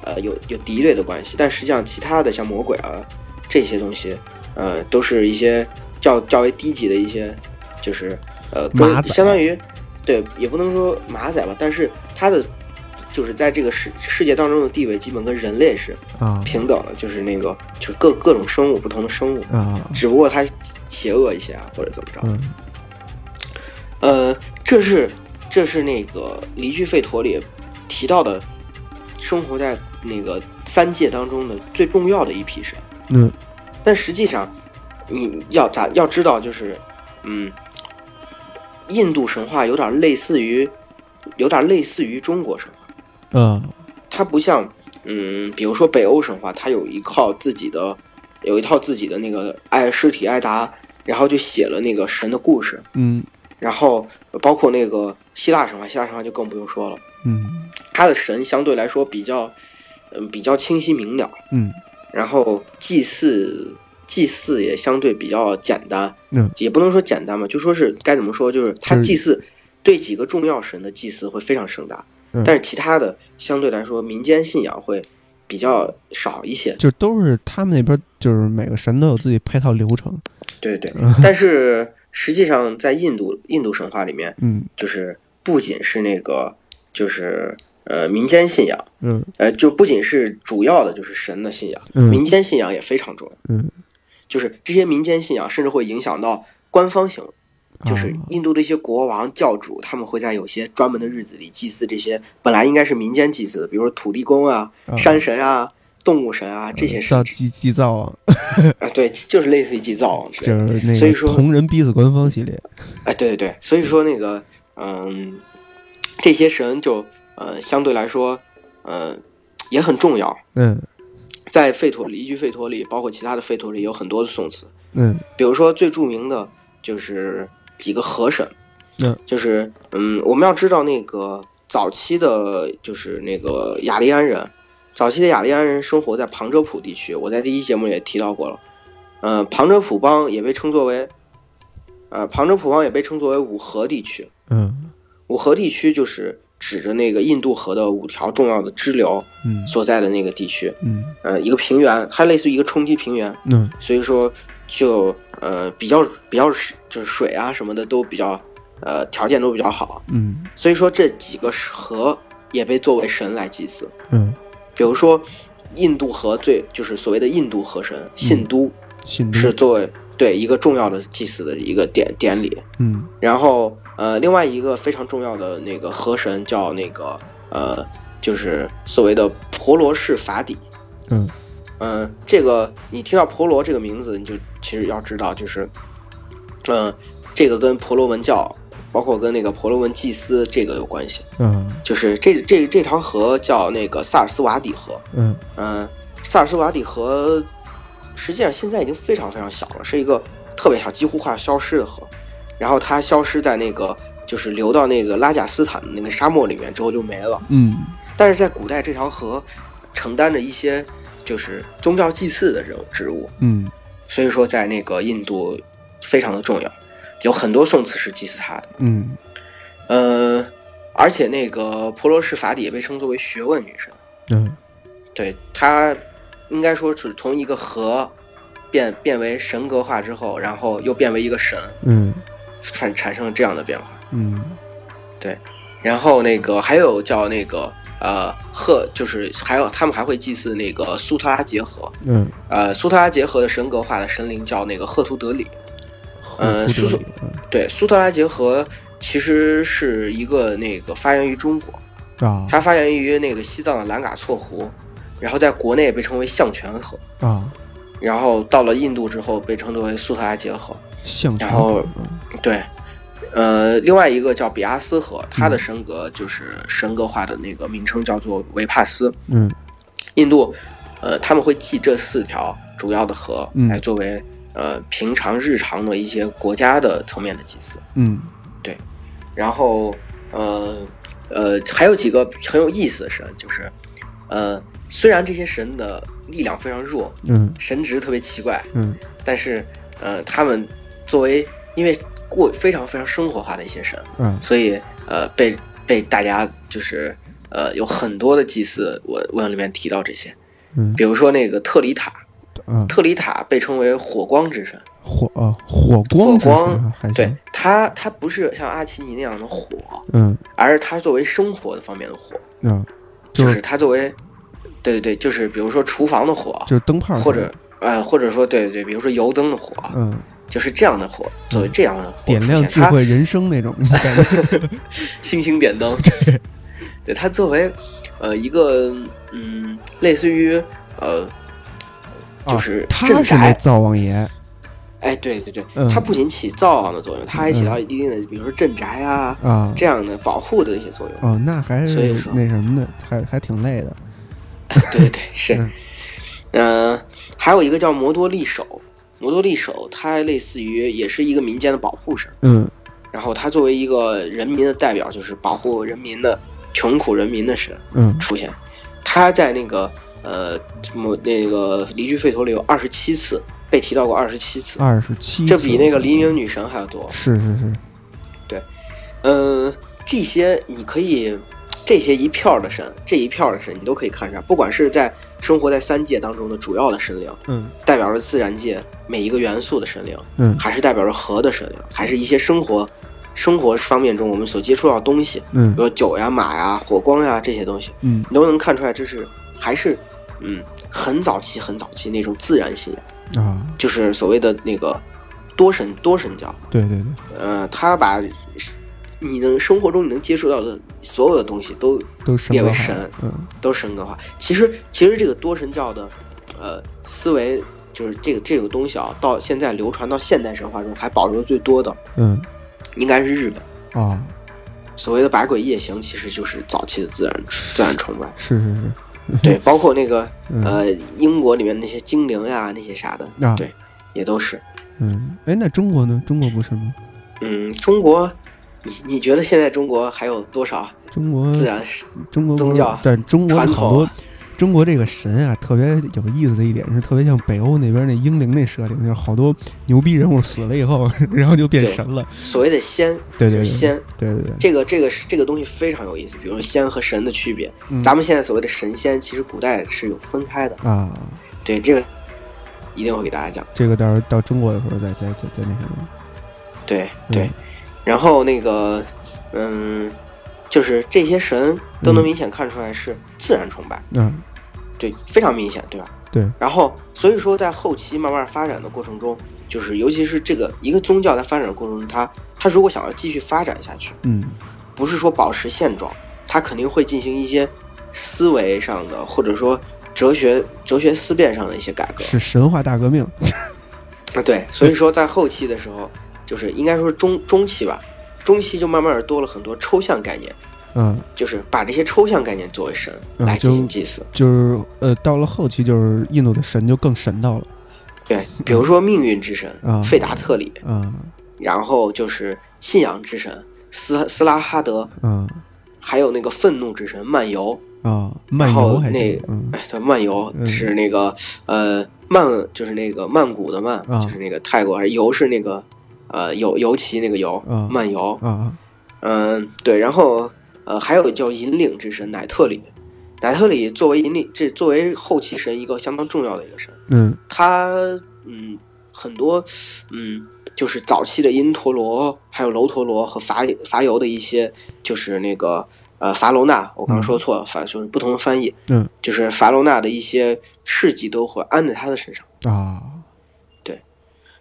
B: 呃，有有敌对的关系。但实际上，其他的像魔鬼啊这些东西，呃，都是一些较较为低级的一些，就是呃，
A: 马
B: 跟
A: 仔
B: 相当于，对，也不能说马仔吧，但是它的。就是在这个世世界当中的地位，基本跟人类是
A: 啊
B: 平等的，就是那个就是各各种生物不同的生物，
A: 啊，
B: 只不过它邪恶一些啊，或者怎么着。
A: 嗯
B: 呃，这是这是那个《离居吠陀》里提到的，生活在那个三界当中的最重要的一批神。
A: 嗯
B: 但实际上，你要咱要知道，就是嗯，印度神话有点类似于，有点类似于中国神话。
A: 啊，
B: 它不像，嗯，比如说北欧神话，它有一套自己的，有一套自己的那个爱尸体艾达，然后就写了那个神的故事，
A: 嗯
B: 然后包括那个希腊神话，希腊神话就更不用说了，
A: 嗯
B: 它的神相对来说比较，嗯，比较清晰明了，
A: 嗯
B: 然后祭祀祭祀也相对比较简单，
A: 嗯，
B: 也不能说简单吧，就说是该怎么说，就是它
A: 就是
B: 祭祀对几个重要神的祭祀会非常盛大，
A: 嗯
B: 但是其他的相对来说民间信仰会比较少一些，
A: 就都是他们那边，就是每个神都有自己配套流程，
B: 对对，
A: 嗯
B: 但是实际上在印度印度神话里面，
A: 嗯
B: 就是不仅是那个就是呃民间信仰，
A: 嗯
B: 呃，就不仅是主要的就是神的信仰，民
A: 嗯
B: 间信仰也非常重要。
A: 嗯，
B: 就是这些民间信仰甚至会影响到官方行为，
A: 哦
B: 就是
A: 啊
B: 印度的一些国王、教主，他们会在有些专门的日子里祭祀这些本来应该是民间祭祀的，比如说土地公啊、
A: 啊
B: 山神啊、动物神啊这些
A: 造
B: 神祇
A: 祭祭灶啊，
B: 啊，对，就是类似于祭灶。啊
A: 就
B: 对，
A: 是那
B: 所以
A: 个
B: 说
A: 同人逼死官方系列，
B: 哎，对对对，所以说那个，嗯，这些神就呃相对来说，呃也很重要。
A: 嗯
B: 在吠陀里，依据吠陀里，包括其他的吠陀里有很多的宋词，
A: 嗯
B: 比如说最著名的就是几个河神，
A: 嗯，
B: 就是嗯，我们要知道那个早期的，就是那个雅利安人，早期的雅利安人生活在旁遮普地区，我在第一节目里也提到过了，呃，旁遮普邦也被称作为，呃，旁遮普邦也被称作为五河地区，
A: 嗯
B: 五河地区就是指着那个印度河的五条重要的支流
A: 嗯
B: 所在的那个地区，
A: 嗯
B: 呃，一个平原，它类似于一个冲击平原，
A: 嗯
B: 所以说就呃比较比较就是水啊什么的都比较呃条件都比较好，
A: 嗯
B: 所以说这几个河也被作为神来祭祀。
A: 嗯，
B: 比如说印度河最就是所谓的印度河神信都
A: 信都
B: 是作为对一个重要的祭祀的一个典典礼。
A: 嗯
B: 然后呃另外一个非常重要的那个河神叫那个呃就是所谓的婆罗氏法底。
A: 嗯
B: 嗯，这个你听到婆罗这个名字，你就其实要知道，就是，嗯、这个跟婆罗门教，包括跟那个婆罗门祭司这个有关系。
A: 啊
B: 就是这这这条河叫那个萨尔斯瓦底河，
A: 嗯
B: 嗯、萨尔斯瓦底河实际上现在已经非常非常小了，是一个特别小，几乎快要消失的河。然后它消失在那个就是流到那个拉贾斯坦的那个沙漠里面之后就没了。
A: 嗯
B: 但是在古代，这条河承担着一些就是宗教祭祀的这种职务，
A: 嗯
B: 所以说在那个印度非常的重要，有很多宋词是祭祀它的。
A: 嗯
B: 呃，而且那个婆罗氏法底也被称作为学问女神，
A: 嗯
B: 对她应该说是从一个河变变为神格化之后，然后又变为一个神，
A: 嗯
B: 产产生了这样的变化。
A: 嗯
B: 然后那个还有叫那个呃赫，就是还有他们还会祭祀那个苏特拉结河，
A: 嗯，
B: 呃，苏特拉结河的神格化的神灵叫那个赫图德里。呃
A: 不得
B: 叔
A: 了
B: 对，苏特拉结河其实是一个那个发源于中国，
A: 啊
B: 它发源于那个西藏的兰嘎措湖，然后在国内也被称为象泉河，
A: 啊，
B: 然后到了印度之后被称作为苏特拉结河。
A: 象
B: 然
A: 征
B: 后
A: 嗯
B: 对，呃，另外一个叫比阿斯河，它的神格就是神格化的那个名称叫做维帕斯。
A: 嗯
B: 印度，呃，他们会记这四条主要的河
A: 嗯
B: 来作为呃平常日常的一些国家的层面的祭祀。
A: 嗯
B: 然后呃呃，还有几个很有意思的神，就是呃，虽然这些神的力量非常弱，
A: 嗯
B: 神职特别奇怪，
A: 嗯
B: 但是呃，他们作为因为过非常非常生活化的一些神，
A: 啊
B: 所以呃被被大家就是呃有很多的祭祀文文里面提到这些，
A: 嗯
B: 比如说那个特里塔，
A: 啊，
B: 特里塔被称为火光之神，
A: 火啊火光之
B: 光
A: 神啊还
B: 对
A: 行
B: 它它不是像阿奇尼那样的火，
A: 嗯
B: 而是它作为生活的方面的火，
A: 啊，
B: 就
A: 就是
B: 是它作为，对对对，就是比如说厨房的火，
A: 就是灯泡儿
B: 或者呃或者说对对，比如说油灯的火，
A: 嗯
B: 就是这样的火，作为这样的火
A: 点
B: 出
A: 亮
B: 现
A: 智
B: 它
A: 慧人生那 种感觉
B: 星星点灯，对，它作为呃一个嗯，类似于呃，
A: 啊
B: 就是
A: 他
B: 镇
A: 是那
B: 宅，
A: 灶王爷
B: 哎，对对对，
A: 嗯
B: 它不仅起灶王的作用，它还起到一定的，比如说镇宅啊
A: 啊
B: 这样的保护的一些作用。
A: 哦，那还是
B: 所以说
A: 那什么的，还还挺累的
B: 对对是
A: 嗯，
B: 嗯、还有一个叫摩多利手，摩多利手它类似于也是一个民间的保护神，
A: 嗯
B: 然后它作为一个人民的代表，就是保护人民的穷苦人民的神。
A: 嗯
B: 出现。他在那个呃某那个《离居吠陀》里有二十七次被提到过二十七次，
A: 二十七，
B: 这比那个黎明女神还要多。
A: 是是是
B: 嗯、这些你可以这些一票的神，这一票的神你都可以看上，不管是在生活在三界当中的主要的神灵，
A: 嗯
B: 代表着自然界每一个元素的神灵，
A: 嗯
B: 还是代表着河的神灵，还是一些生活生活方面中我们所接触到的东西，
A: 嗯
B: 比如酒呀、马呀、火光呀这些东西，
A: 嗯
B: 你都能看出来，这是还是嗯很早期、很早期那种自然信仰，
A: 啊，
B: 就是所谓的那个多神多神教。
A: 对对对，
B: 呃，他把你能生活中你能接触到的所有的东西都
A: 都是
B: 列为
A: 神嗯
B: 神，
A: 格化，
B: 都神格化。其实，其实这个多神教的，呃，思维就是这个这个东西啊，到现在流传到现代神话中还保留的最多的，
A: 嗯
B: 应该是日本。
A: 嗯啊，。
B: 所谓的百鬼夜行，其实就是早期的自然自然崇拜
A: 是是是，
B: 对，包括那个
A: 嗯
B: 呃，英国里面那些精灵呀，那些啥的，
A: 啊
B: 对，也都是。
A: 嗯，哎，那中国呢？中国不是吗？
B: 嗯，中国，你你觉得现在中国还有多少
A: 中国
B: 自然？
A: 中国不是
B: 宗教
A: 但中国
B: 传统
A: 好多中国这个神啊，特别有意思的一点是，特别像北欧那边那英灵那设定，就是好多牛逼人物死了以后， 然后就变
B: 对
A: 神了。
B: 所谓的仙，
A: 对对对
B: 仙，
A: 对对对，
B: 这个这个是这个东西非常有意思，比如说仙和神的区别。
A: 嗯
B: 咱们现在所谓的神仙，其实古代是有分开的。
A: 啊，
B: 对，这个一定会给大家讲。
A: 这个到时候到中国的时候再再再再那什么。
B: 对
A: 嗯
B: 对，然后那个，嗯，就是这些神都能
A: 嗯
B: 明显看出来是自然崇拜，
A: 那
B: 对，非常明显，对
A: 啊
B: 吧？
A: 对。
B: 然后，所以说在后期慢慢发展的过程中，就是尤其是这个一个宗教在发展的过程中，它它如果想要继续发展下去，
A: 嗯
B: 不是说保持现状，它肯定会进行一些思维上的，或者说哲学哲学思辨上的一些改革。
A: 是神话大革命。
B: 啊，对，所以说在后期的时候，就是应该说是中中期吧，中期就慢慢的多了很多抽象概念，
A: 嗯，
B: 就是把这些抽象概念作为神
A: 嗯
B: 来进
A: 就
B: 行祭祀。
A: 就是呃，到了后期就是印度的神就更神道了
B: 对，比如说命运之神
A: 啊
B: 费达特里，
A: 啊
B: 然后就是信仰之神斯斯拉哈德，
A: 啊
B: 还有那个愤怒之神漫游。
A: 啊！漫
B: 然后
A: 游还
B: 那
A: 是嗯
B: 哎，对，漫游
A: 嗯
B: 是那个呃曼，就是那个曼谷的曼，
A: 啊
B: 就是那个泰国，而游是那个呃游游骑那个游，
A: 啊
B: 漫游。
A: 啊
B: 嗯，对，然后呃，还有叫引领之神乃特里，乃特里作为引领，这作为后期神一个相当重要的一个神，
A: 嗯
B: 他嗯很多嗯就是早期的因陀罗、还有楼陀罗和伐伐尤的一些就是那个呃伐楼那，我刚刚说错了，反、就是不同的翻译，
A: 嗯，
B: 就是伐楼那的一些事迹都会安在他的身上，
A: 啊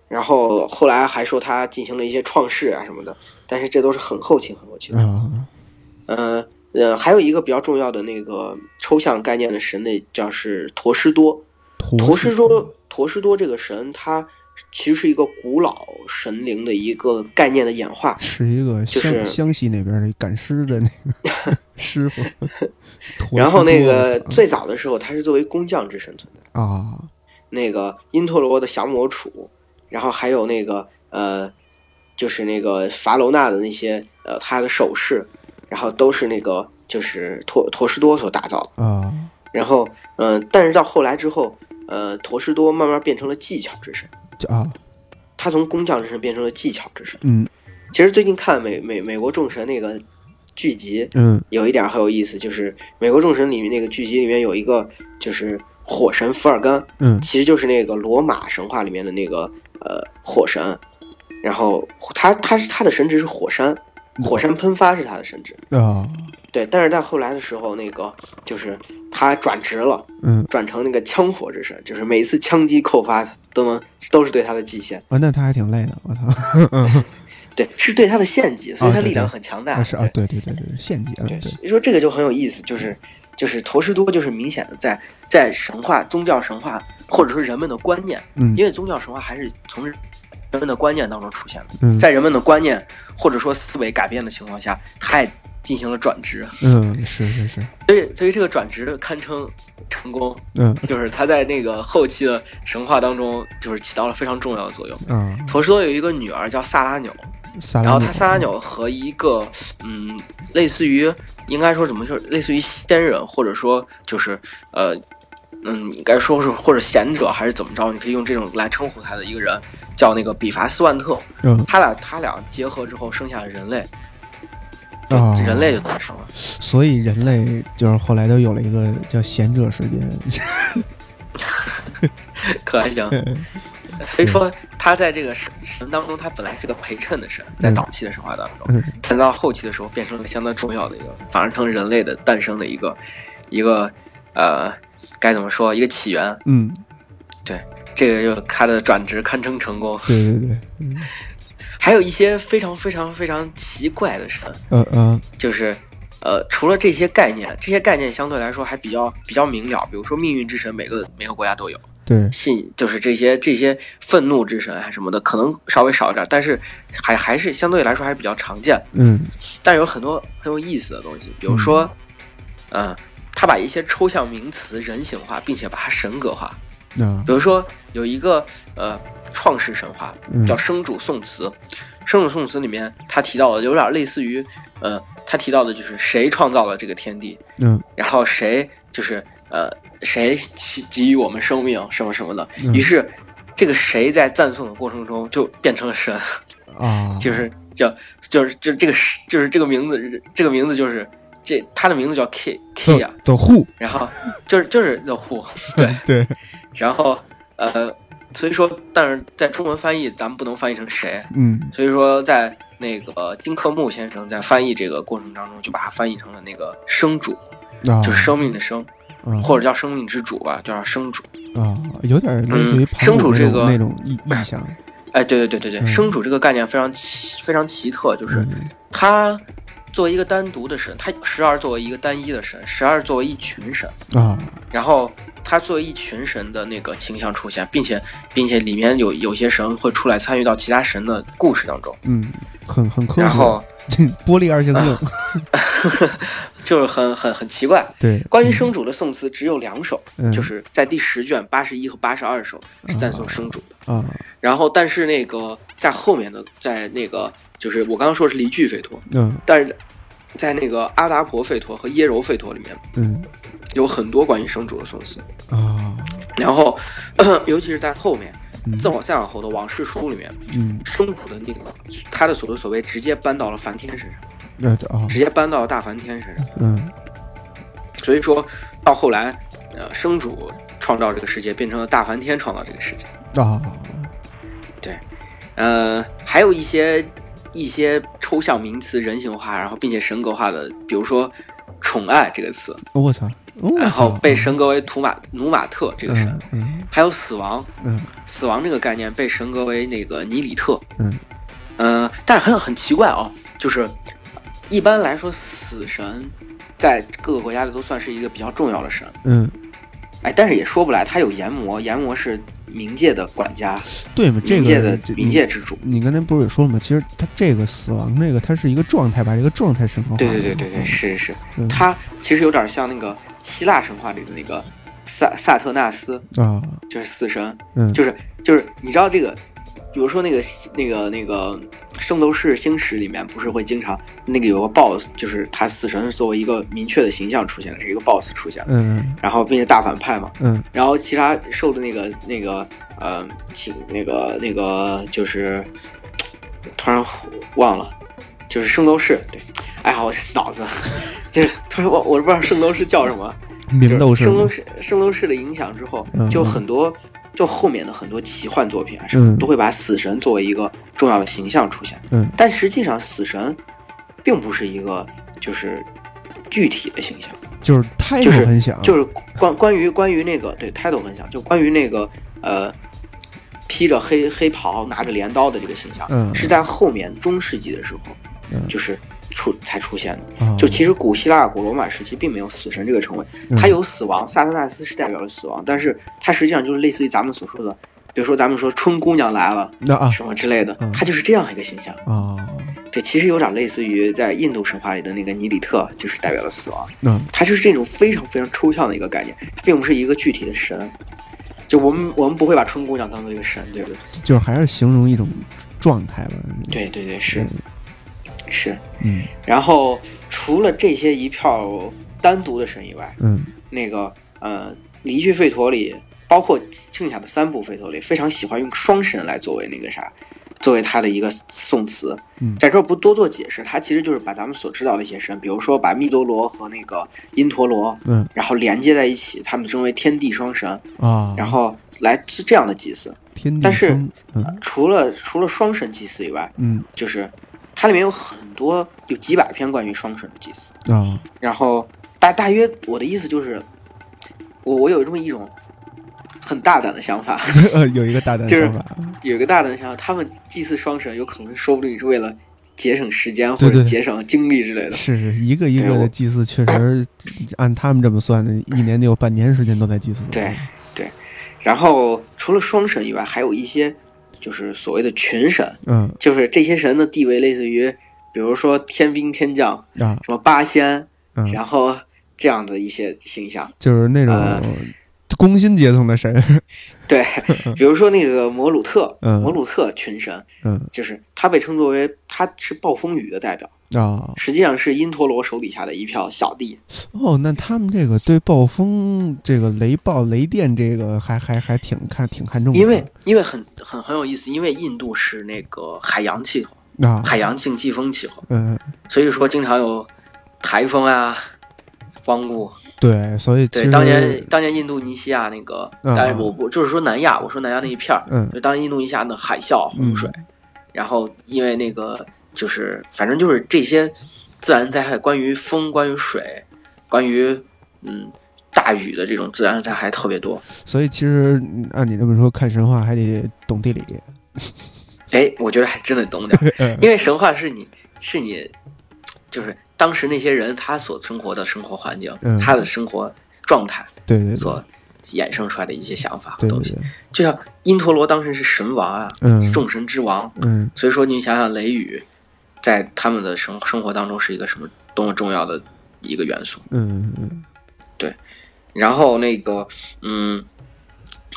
B: 然后后来还说他进行了一些创世啊什么的，但是这都是很后期很后期的。
A: 啊
B: 呃呃，还有一个比较重要的那个抽象概念的神那叫是陀思多。陀
A: 陀
B: 思多，陀思多这个神，它其实是一个古老神灵的一个概念的演化。
A: 是一个
B: 就
A: 湘
B: 是
A: 湘西那边的赶尸的那个 师傅，陀
B: 然后
A: 思
B: 那
A: 多
B: 个
A: 的时候
B: 最早的时候，它是作为工匠之神存在的。
A: 啊
B: 那个因陀罗的降魔杵，然后还有那个呃，就是那个法楼那的那些呃，他的首饰，然后都是那个就是陀陀思多所打造的。
A: 啊
B: 然后，嗯、但是到后来之后，呃，陀思多慢慢变成了技巧之神，
A: 就啊
B: 他从工匠之神变成了技巧之神。
A: 嗯
B: 其实最近看美美美国众神那个剧集，
A: 嗯
B: 有一点很有意思，就是美国众神里面那个剧集里面有一个就是火神福尔甘，
A: 嗯
B: 其实就是那个罗马神话里面的那个呃火神，然后他他是他的神职是火山，火山喷发是他的神职。
A: 啊
B: 对，但是在后来的时候，那个就是他转职了。
A: 嗯
B: 转成那个枪火之神，就是每一次枪击扣发都能都是对他的祭献，
A: 啊，那他还挺累的，我操
B: 啊 对，是对他的献祭，所以
A: 啊
B: 他
A: 对
B: 力量
A: 对
B: 很强大。
A: 啊是啊，对对对对，献祭啊
B: 对，
A: 对
B: 所以说这个就很有意思，就是就是陀思多就是明显的在在神话、宗教神话或者说人们的观念，
A: 嗯
B: 因为宗教神话还是从人们的观念当中出现的，
A: 嗯
B: 在人们的观念或者说思维改变的情况下，他也进行了转职，
A: 嗯是是是
B: 所以所以这个转职堪称成功，
A: 嗯
B: 就是他在那个后期的神话当中就是起到了非常重要的作用。
A: 啊
B: 陀思多有一个女儿叫萨拉纽，
A: 萨
B: 然
A: 拉
B: 后
A: 纽
B: 她萨拉纽和一个嗯，类似于应该说怎么就是类似于仙人，或者说就是呃，嗯，应该说是或者贤者还是怎么着，你可以用这种来称呼他的一个人，叫那个比伐斯万特。
A: 嗯
B: 他俩他俩结合之后生下了人类，
A: 啊
B: 人类就诞生了。
A: 所以人类就是后来都有了一个叫贤者时间，
B: 啊可还行。所以说他在这个神程当中，它本来是个陪衬的神，在早期的神话当中，但到后期的时候变成了相当重要的一个，反而成人类的诞生的一个一个呃，该怎么说一个起源。
A: 嗯，
B: 这个就他的转职堪称成功。
A: 对对对，嗯
B: 还有一些非常非常非常奇怪的神，
A: 呃呃，
B: 就是呃，除了这些概念，这些概念相对来说还比较比较明了，比如说命运之神，每个每个国家都有。
A: 对，
B: 信就是这些这些愤怒之神啊什么的，可能稍微少一点，但是还还是相对来说还是比较常见。
A: 嗯
B: 但有很多很有意思的东西，比如说，嗯、他把一些抽象名词人形化，并且把它神格化。
A: 啊，
B: 比如说有一个呃创世神话
A: 嗯
B: 叫生主宋词，生主宋词里面他提到的有点类似于呃他提到的就是谁创造了这个天地，
A: 嗯
B: 然后谁就是呃谁给给予我们生命什么什么的，
A: 嗯
B: 于是这个谁在赞颂的过程中就变成了神，
A: 啊，
B: 就是叫就是就是这个是就是这个名字这个名字就是这他的名字叫 K K 呀，
A: 走户，
B: 然后就是就是 The Who 对，
A: 对，
B: 然后呃所以说但是在中文翻译咱们不能翻译成谁，
A: 嗯
B: 所以说在那个金克木先生在翻译这个过程当中就把它翻译成了那个生主，
A: 啊，
B: 就是生命的生。
A: 啊
B: 或者叫生命之主吧，叫生主。
A: 啊，有点类似于盘
B: 嗯生
A: 古
B: 主
A: 那
B: 这
A: 种
B: 个
A: 那种 意意象，
B: 哎，对对对对对，
A: 嗯
B: 生主这个概念非常奇非常奇特，就是
A: 嗯
B: 它作为一个单独的神，它时而作为一个单一的神，时而作为一群神，
A: 啊，
B: 然后它作为一群神的那个形象出现，并且并且里面有有些神会出来参与到其他神的故事当中，
A: 嗯，很很科学，
B: 然后 啊
A: 这玻璃二象性，
B: 就是很很很奇怪。
A: 对，
B: 关于生主的宋词只有两首，
A: 嗯
B: 就是在第十卷八十一和八十二首是赞颂生主的。
A: 啊，
B: 然后，但是那个在后面的，在那个就是我刚刚说是离句吠陀，
A: 嗯
B: 但是在那个阿达婆吠陀和耶柔吠陀里面
A: 嗯
B: 有很多关于生主的颂词，
A: 啊，
B: 然后 咳咳尤其是在后面，
A: 嗯
B: 再往再往后的往事书里面，
A: 嗯，
B: 生主的那个他的所作所为直接搬到了梵天身上，
A: 那这啊，
B: 直接搬到了大梵天身上，
A: 嗯
B: 所以说到后来，呃，生主创造这个世界变成了大梵天创造这个世界。
A: 啊，
B: 呃，还有一些一些抽象名词人形化，然后并且神格化的，比如说“宠爱”这个词，
A: 我操，我
B: 然后
A: 操
B: 被神格为图马努马特这个神，
A: 嗯嗯
B: 还有死亡，
A: 嗯
B: 死亡这个概念被神格为那个尼里特，
A: 嗯，
B: 呃，但是很很奇怪哦，就是一般来说死神。在各个国家里都算是一个比较重要的神，
A: 嗯，
B: 哎，但是也说不来，他有炎魔，炎魔是冥界的管家，
A: 对嘛，这
B: 冥界
A: 个嗯
B: 的
A: 这
B: 冥界之主。
A: 你刚才不是也说了吗？其实它这个死亡，这个它是一个状态，把这个状态升华。
B: 对对对对对，是是，
A: 嗯
B: 它其实有点像那个希腊神话里的那个萨萨特纳斯，
A: 啊，
B: 就是死神，
A: 嗯，
B: 就是就是你知道这个，比如说那个那个那个《圣斗士星矢》里面不是会经常那个有个 BOSS，就是他死神是作为一个明确的形象出现的，是一个 BOSS 出现的，
A: 嗯
B: 然后并且大反派嘛，
A: 嗯
B: 然后其他受的那个那个呃，请那个那个就是突然忘了，就是圣斗士对，哎呀，我这脑子就是突然忘，我都不知道圣斗士叫什么，
A: 嗯，明斗
B: 就是
A: 士
B: 圣斗
A: 嘛，
B: 士圣斗士的影响之后
A: 嗯，
B: 就很多。就后面的很多奇幻作品啊什
A: 嗯
B: 么，都会把死神作为一个重要的形象出现。
A: 嗯，
B: 但实际上死神并不是一个就是具体的形象，
A: 就是胎
B: 就是
A: 哎很响，
B: 就是关关于关于那个对 title 很像，就关于那个呃，披着黑黑袍拿着镰刀的这个形象，
A: 嗯
B: 是在后面中世纪的时候，
A: 嗯
B: 就是出才出现的。
A: 啊
B: 就其实古希腊、古罗马时期并没有死神这个称谓，
A: 嗯
B: 它有死亡，萨特纳斯是代表了死亡，但是它实际上就是类似于咱们所说的，比如说咱们说春姑娘来了
A: 那啊
B: 什么之类的
A: 嗯，
B: 它就是这样一个形象。
A: 啊，
B: 对，其实有点类似于在印度神话里的那个尼里特，就是代表了死亡。
A: 那
B: 它就是这种非常非常抽象的一个概念，它并不是一个具体的神。就我们我们不会把春姑娘当做一个神，对不对？
A: 就是还是形容一种状态吧。
B: 对对对，是是。
A: 嗯
B: 然后除了这些一票单独的神以外，
A: 嗯
B: 那个呃，离去吠陀里，包括剩下的三部吠陀里，非常喜欢用双神来作为那个啥，作为他的一个宋词
A: 嗯。
B: 在这儿不多做解释，它其实就是把咱们所知道的一些神，比如说把密多罗和那个因陀罗，
A: 嗯
B: 然后连接在一起，他们称为天地双神。
A: 啊，
B: 然后来自这样的祭祀。
A: 天地
B: 但是
A: 风，嗯
B: 除了除了双神祭祀以外，
A: 嗯
B: 就是它里面有很多有几百篇关于双神的祭祀。
A: 啊，
B: 然后大大约我的意思就是，我我有这么一种很大胆的想法，
A: 呃有一个大胆
B: 就是
A: 想法啊，
B: 有一个大胆的想法，他们祭祀双神有可能说不定是为了节省时间
A: 对
B: 或
A: 对
B: 者节省精力之类的。
A: 是是一个一
B: 对
A: 个的
B: 我
A: 祭祀，确实按他们这么算的，一年得有半年时间都在祭祀。
B: 对然后除了双神以外，还有一些就是所谓的群神，
A: 嗯
B: 就是这些神的地位类似于，比如说天兵天将，
A: 啊
B: 什么八仙，
A: 嗯，
B: 然后这样的一些形象。
A: 就是那
B: 呃
A: 种工薪阶层的神，
B: 对，比如说那个摩鲁特，
A: 嗯
B: 摩鲁特群神，
A: 嗯
B: 就是他被称作为他是暴风雨的代表，
A: 啊
B: 实际上是因陀罗手底下的一票小弟。
A: 哦，那他们这个对暴风、这个雷暴、雷电这个还还还挺看挺看重的，
B: 因为因为很很很有意思，因为印度是那个海洋气候，
A: 啊
B: 海洋性季风气候，
A: 嗯。
B: 所以说经常有台风啊。荒芜，
A: 对，所以其
B: 对，
A: 实
B: 当年当年印度尼西亚那个，
A: 啊
B: 但是我我就是说南亚，我说南亚那一片儿，
A: 嗯
B: 就当年印度尼西亚的海啸、洪水，然后因为那个就是反正就是这些自然灾害，关于风、关于水、关于嗯大雨的这种自然灾害特别多。
A: 所以其实嗯按你这么说，看神话还得懂地理，
B: 哎，我觉得还真的懂点儿，
A: 嗯
B: 因为神话是你是你就是当时那些人他所生活的生活环境，
A: 嗯
B: 他的生活状态
A: 对对对
B: 所衍生出来的一些想法和
A: 对
B: 东
A: 对
B: 西。
A: 对，
B: 就像因陀罗当时是神王啊，
A: 嗯
B: 是众神之王，
A: 嗯
B: 所以说，你想想雷雨，在他们的生生活当中是一个什么多么重要的一个元素。
A: 嗯嗯
B: 然后那个，嗯，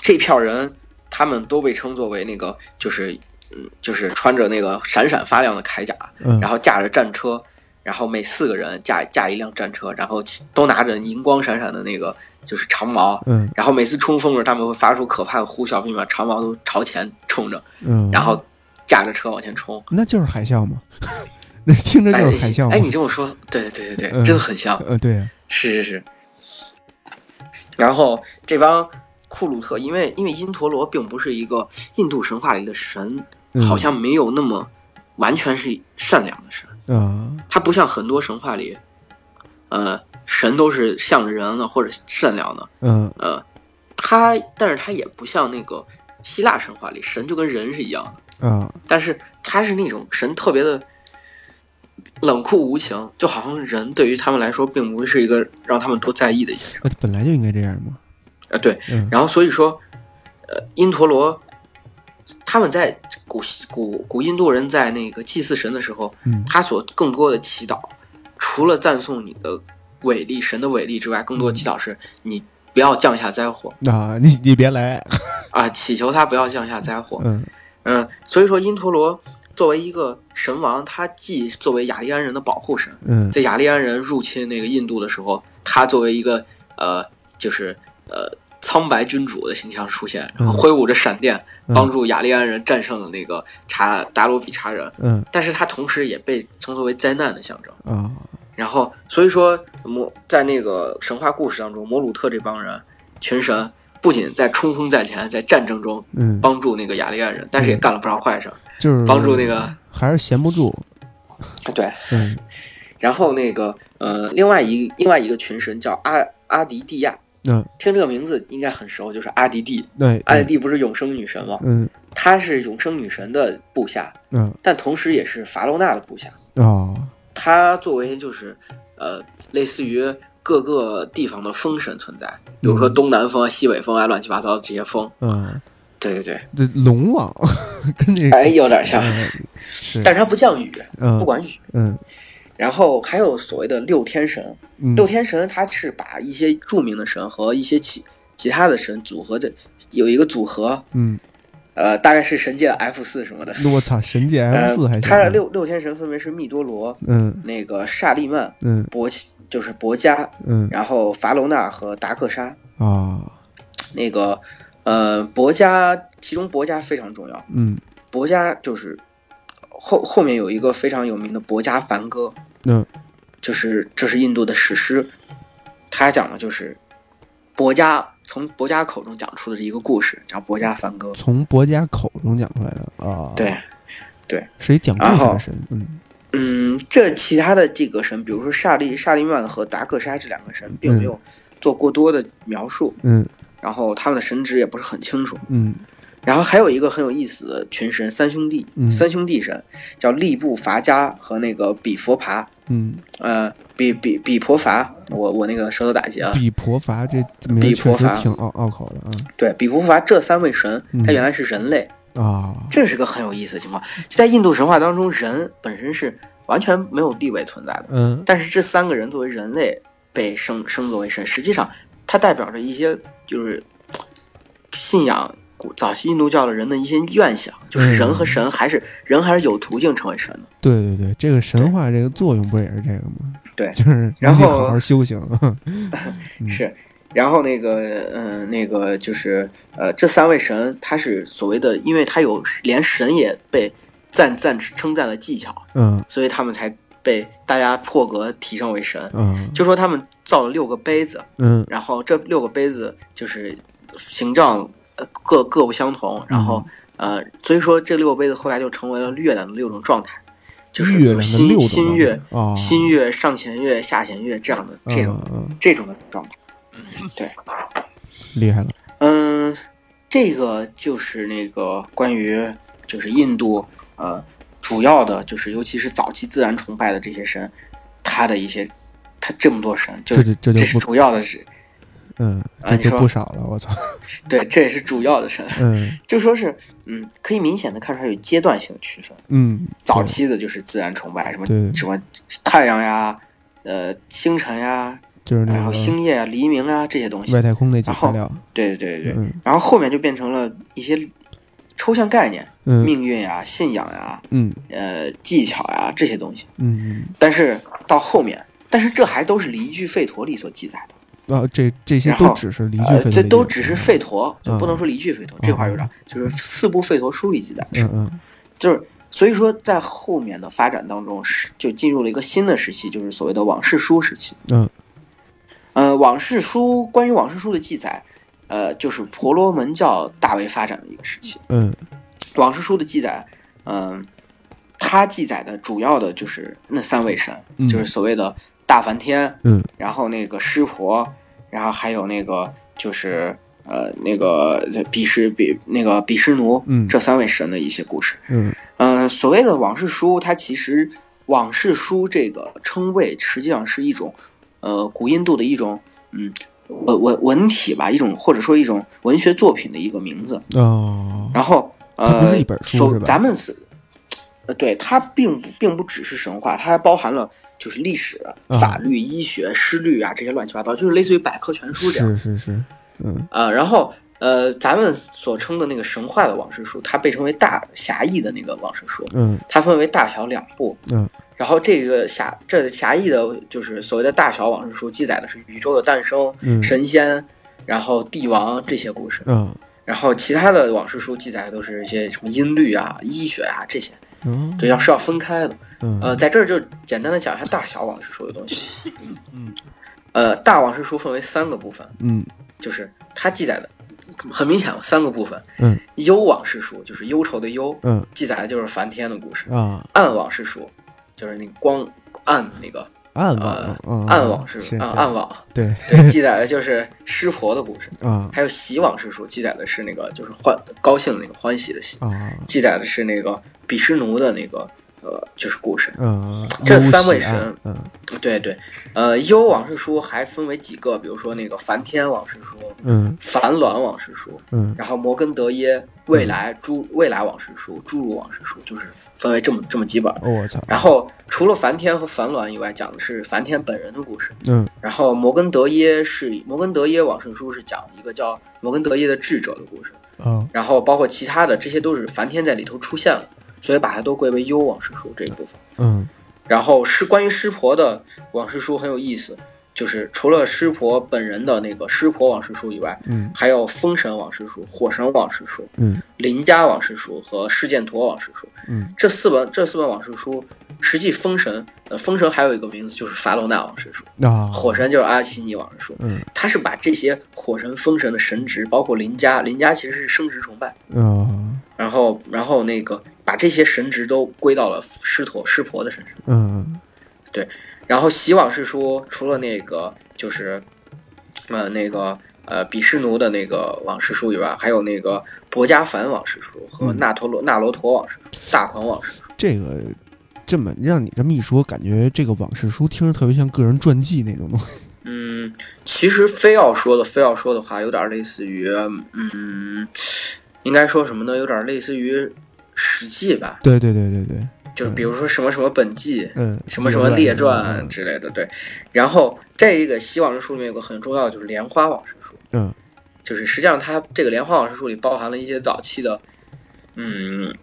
B: 这票人他们都被称作为那个，就是嗯，就是穿着那个闪闪发亮的铠甲，
A: 嗯，
B: 然后驾着战车，然后每四个人驾驾一辆战车，然后都拿着银光闪闪的那个就是长矛。
A: 嗯
B: 然后每次冲锋的时，候，他们会发出可怕的呼啸，并把长矛都朝前冲着，
A: 嗯，
B: 然后驾着车往前冲。
A: 那就是海啸嘛， 那听着就是海啸嘛，
B: 哎，你这么说，对对对对，
A: 嗯
B: 真的很像，
A: 呃对啊，
B: 是是是。然后这帮库鲁特，因为因为因陀罗并不是一个印度神话里的神，
A: 嗯
B: 好像没有那么完全是善良的神，
A: 啊
B: 他不像很多神话里，呃，神都是像人的或者善良的，
A: 嗯
B: 呃，他但是他也不像那个希腊神话里神就跟人是一样的，
A: 啊
B: 但是他是那种神特别的冷酷无情，就好像人对于他们来说，并不是一个让他们多在意的一件事。
A: 呃本来就应该这样嘛，
B: 啊，对，
A: 嗯
B: 然后所以说，呃，因陀罗他们在古希古古印度人在那个祭祀神的时候，
A: 嗯
B: 他所更多的祈祷，除了赞颂你的伟力、神的伟力之外，更多的祈祷是你不要降下灾祸
A: 啊你你别来，
B: 啊，祈求他不要降下灾祸。
A: 嗯
B: 嗯，所以说因陀罗作为一个神王，他既作为雅利安人的保护神，
A: 嗯
B: 在雅利安人入侵那个印度的时候，他作为一个呃，就是呃苍白君主的形象出现，然后挥舞着闪电，
A: 嗯
B: 帮助雅利安人战胜了那个查达罗比查人。
A: 嗯
B: 但是他同时也被称作为灾难的象征。
A: 啊
B: 然后，所以说摩在那个神话故事当中，摩鲁特这帮人群神不仅在冲锋在前，在战争中
A: 嗯，
B: 帮助那个雅利安人，但是也干了不少坏事儿。
A: 就是
B: 帮助那个
A: 还是闲不住，
B: 对，
A: 嗯
B: 然后那个呃，另外一另外一个群神叫阿阿迪蒂亚，
A: 嗯
B: 听这个名字应该很熟，就是阿迪蒂。
A: 对
B: 阿迪蒂不是永生女神吗？
A: 嗯
B: 她是永生女神的部下，
A: 嗯
B: 但同时也是法罗纳的部下。
A: 啊
B: 她作为就是呃，类似于各个地方的风神存在，比如说东南风啊、西北风啊，乱七八糟的这些风。
A: 嗯，
B: 对对对，
A: 这龙王跟这个
B: 哎，有点像，
A: 嗯是
B: 但是它不降雨，
A: 嗯
B: 不管雨。
A: 嗯
B: 然后还有所谓的六天神，
A: 嗯
B: 六天神他是把一些著名的神和一些其其他的神组合的，有一个组合，
A: 嗯，
B: 呃，大概是神界的 F 四什么的。
A: 我操，神界 F 四还行，
B: 呃，他的六六天神分别是密多罗、
A: 嗯
B: 那个刹利曼、
A: 嗯
B: 伯就是伯加，
A: 嗯
B: 然后法罗纳和达克沙。
A: 啊
B: 那个呃，伯加其中伯加非常重要，
A: 嗯
B: 伯加就是后后面有一个非常有名的伯加梵歌，
A: 那
B: 就是这是印度的史诗，他讲的就是伯加从伯家口中讲出的一个故事，叫《伯家梵歌》。
A: 从伯家口中讲出来的啊，，
B: 对，
A: 谁讲故
B: 然
A: 事
B: 后
A: 的神？嗯
B: 嗯，这其他的这个神，比如说刹利、刹利曼和达克沙这两个神，并没有做过多的描述，
A: 嗯
B: 然后他们的神职也不是很清楚。
A: 嗯
B: 然后还有一个很有意思的群神，三兄弟，
A: 嗯
B: 三兄弟神叫利布伐加和那个比佛伐，
A: 嗯，
B: 呃，比比比婆伐，我我那个舌头打结啊，
A: 比婆伐这名儿
B: 比
A: 确
B: 婆
A: 实
B: 伐
A: 挺拗拗口的
B: 对，比婆伐这三位神
A: 嗯，
B: 他原来是人类，
A: 啊啊，
B: 这是个很有意思的情况。就在印度神话当中，人本身是完全没有地位存在的，
A: 嗯
B: 但是这三个人作为人类被升升作为神，实际上它代表着一些就是信仰古早期印度教的人的一些愿想，就是人和神还是、人还是有途径成为神的。
A: 对对对，这个神话这个作用不也是这个吗？
B: 对
A: 就是你得
B: 然后
A: 好好修行。 嗯
B: 是，然后那个嗯、呃那个就是呃，这三位神他是所谓的，因为他有连神也被赞赞称赞的技巧，
A: 嗯
B: 所以他们才被大家破格提升为神。
A: 嗯
B: 就说他们造了六个杯子，
A: 嗯
B: 然后这六个杯子就是形状呃各各不相同，然后、
A: 嗯
B: 呃，所以说这六个杯子后来就成为了月亮的六种状态，就是
A: 月亮的
B: 新
A: 六种
B: 新月、
A: 啊，
B: 新月、上弦月、下弦月这样的这种、
A: 嗯嗯
B: 这种的状态。
A: 厉害了，
B: 嗯，这个就是那个关于就是印度呃主要的就是尤其是早期自然崇拜的这些神，他的一些他这么多神，就
A: 这就这
B: 这
A: 就是不
B: 主要的是
A: 嗯，
B: 啊
A: 这
B: 你
A: 就
B: 说
A: 不少了，我操，
B: 对，这也是主要的神。
A: 嗯
B: 就说是，嗯，可以明显的看出来有阶段性的区分。
A: 嗯，
B: 早期的就是自然崇拜，什么
A: 对
B: 什么太阳呀，呃，星辰哎呀，
A: 就是
B: 然
A: 那
B: 后
A: 个
B: 星夜呀、黎明啊这些东西。
A: 外太空那几
B: 然
A: 材
B: 后
A: 料，
B: 对对对对。
A: 嗯
B: 然后后面就变成了一些抽象概念，
A: 嗯
B: 命运呀、信仰呀、
A: 嗯
B: 呃，技巧呀这些东西。
A: 嗯
B: 但是到后面，但是这还都是离句吠陀里所记载的。
A: 嗯，啊，这这些
B: 然
A: 都
B: 后
A: 只是离句
B: 呃，
A: 分
B: 这
A: 离
B: 都
A: 的
B: 只是吠陀，就不能说离句吠陀，这话有点就是四部吠陀书里记载的。
A: 嗯嗯
B: 就是所以说，在后面的发展当中，是就进入了一个新的时期，就是所谓的往事书时期。
A: 嗯
B: 呃，往事书关于往事书的记载，呃，就是婆罗门教大为发展的一个时期。
A: 嗯
B: 往事书的记载，嗯、它记载的主要的就是那三位神，
A: 嗯
B: 就是所谓的大梵天，
A: 嗯
B: 然后那个湿婆，然后还有那个就是呃那个比湿比那个比湿奴，
A: 嗯
B: 这三位神的一些故事。
A: 嗯
B: 嗯，所谓的往事书，它其实往事书这个称谓，实际上是一种，呃，古印度的一种，嗯，文文文体吧，一种或者说一种文学作品的一个名字。
A: 嗯哦，
B: 然后，
A: 它不
B: 呃，
A: 是一本书
B: 所
A: 是吧
B: 咱们是，呃，对，它并不并不只是神话，它还包含了就是历史、
A: 啊
B: 法律、医学、诗律啊这些乱七八糟，就是类似于百科全书这样。
A: 是是是，嗯
B: 啊、然后。呃，咱们所称的那个神话的往事书，它被称为大狭义的那个往事书。
A: 嗯
B: 它分为大小两部，
A: 嗯
B: 然后这个狭这狭义的，就是所谓的大小往事书，记载的是宇宙的诞生、
A: 嗯
B: 神仙，然后帝王这些故事。
A: 嗯
B: 然后其他的往事书记载的都是一些什么音律啊、医学啊这些，
A: 嗯
B: 对，要是要分开的。
A: 嗯
B: 呃，在这儿就简单的讲一下大小往事书的东西。嗯， 呃，大往事书分为三个部分，
A: 嗯
B: 就是它记载的很明显有三个部分。
A: 嗯，
B: 忧往事书就是忧愁的忧，
A: 嗯
B: 记载的就是梵天的故事。
A: 啊，
B: 暗网是说，就是那个光暗那个
A: 暗
B: 呃
A: 网
B: 暗网
A: 是
B: 是
A: 对
B: 啊暗网，
A: 对
B: 对，记载的就是湿婆的故事。
A: 啊
B: 还有喜往是说，记载的是那个就是欢高兴的那个欢喜的喜，
A: 啊
B: 记载的是那个比湿奴的那个呃就是故事。
A: 嗯，
B: 这
A: 欧
B: 三位
A: 喜爱
B: 神
A: 嗯
B: 对对，呃，幽往事书还分为几个，比如说那个梵天往事书、
A: 嗯
B: 梵卵往事书，
A: 嗯
B: 然后摩根德耶、未来诸未来往事书、诸如往事书，就是分为这么这么几本。
A: 哦我操，
B: 然后除了梵天和梵卵以外，讲的是梵天本人的故事。
A: 嗯
B: 然后摩根德耶是摩根德耶往圣书是讲一个叫摩根德耶的智者的故事。
A: 啊
B: 然后包括其他的这些都是梵天在里头出现了，所以把它都归为幽往事书这一部分。
A: 嗯
B: 然后是关于湿婆的往事书很有意思，就是除了湿婆本人的那个湿婆往事书以外，
A: 嗯
B: 还有风神往事书、火神往事书、
A: 嗯
B: 林家往事书和释犍陀往事书。
A: 嗯
B: 这四本这四本往事书，实际封神，呃，封神还有一个名字就是伐楼那往事书，
A: 啊，
B: 火神就是阿奇尼往事书。
A: 嗯
B: 他是把这些火神、风神的神职，包括林家，林家其实是生殖崇拜，
A: 啊
B: 然后然后那个把这些神职都归到了师陀师婆的身上。
A: 嗯
B: 然后洗往事书除了那个就是，呃，那个呃比湿奴的那个往事书以外，还有那个薄伽梵往事书和
A: 嗯
B: 那陀罗那罗陀往事书、大鹏往事书。
A: 这个这么让你这么一说，感觉这个往事书听着特别像个人传记那种东西。
B: 嗯，其实非要说的非要说的话，有点类似于，嗯，应该说什么呢？有点类似于《史记》吧，
A: 对对对对对，
B: 就是比如说什么什么本纪。
A: 嗯，
B: 什么什么列传
A: 嗯
B: 之类的，对。然后这个《西往事书》里面有个很重要的就是《莲花往事书》，
A: 嗯
B: 就是实际上它这个《莲花往事书》里包含了一些早期的，嗯，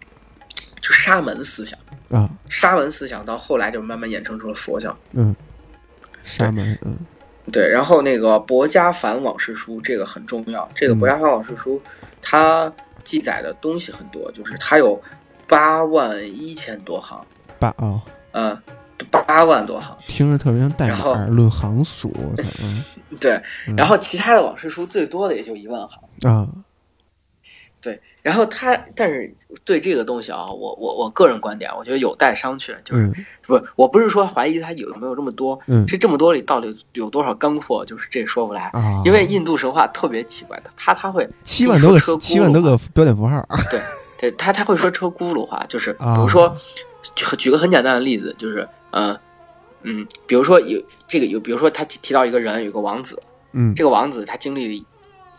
B: 就沙门思想，
A: 啊
B: 沙门思想到后来就慢慢衍生出了佛教。
A: 嗯，沙门嗯
B: 对，然后那个《薄伽梵往事书》这个很重要，这个《薄伽梵往事书》它记载的东西很多，就是它有八万一千多行，
A: 八哦，
B: 呃，八万多行。
A: 听着特别像代
B: 然后
A: 码论行数，我操
B: 对，然后其他的往事书最多的也就一万行。
A: 嗯啊
B: 对，然后他，但是对这个东西啊，我我我个人观点，我觉得有待商榷。就是
A: 嗯
B: 不是，我不是说怀疑它有没有这么多，
A: 嗯
B: 是这么多里到底有多少干货，就是这说不来。
A: 啊，
B: 因为印度神话特别奇怪，他他他会
A: 七万多
B: 一说车
A: 个
B: 轱辘
A: 七万多个标点符号，
B: 对对，他他会说车轱辘话，就是比
A: 啊
B: 如说，举举个很简单的例子，就是呃嗯，比如说有这个有，比如说他提提到一个人，有个王子，
A: 嗯
B: 这个王子他经历了一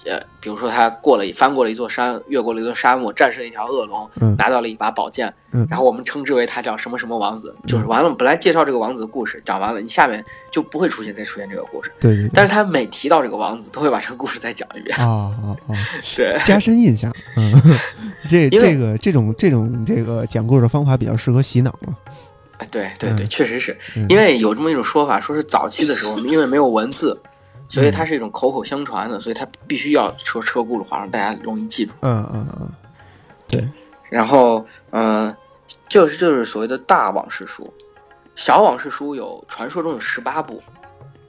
B: 呃，比如说他过了一翻过了一座山，越过了一座沙漠，战胜了一条恶龙，
A: 嗯
B: 拿到了一把宝剑，
A: 嗯
B: 然后我们称之为他叫什么什么王子，就是完了。本来介绍这个王子的故事讲完了，你下面就不会出现再出现这个故事。
A: 对对对
B: 但是他每提到这个王子，都会把这个故事再讲一遍。
A: 啊啊啊，
B: 对，
A: 加深印象，嗯，这
B: 因为
A: 这个这种这种这个讲故事的方法比较适合洗脑嘛，
B: 对对对，
A: 嗯
B: 确实是
A: 嗯
B: 因为有这么一种说法，说是早期的时候，因为没有文字，
A: 嗯
B: 所以它是一种口口相传的，所以它必须要说车轱辘话，让大家容易记住。
A: 嗯嗯嗯，
B: 然后，嗯、就是就是所谓的大往事书，小往事书有传说中有十八部，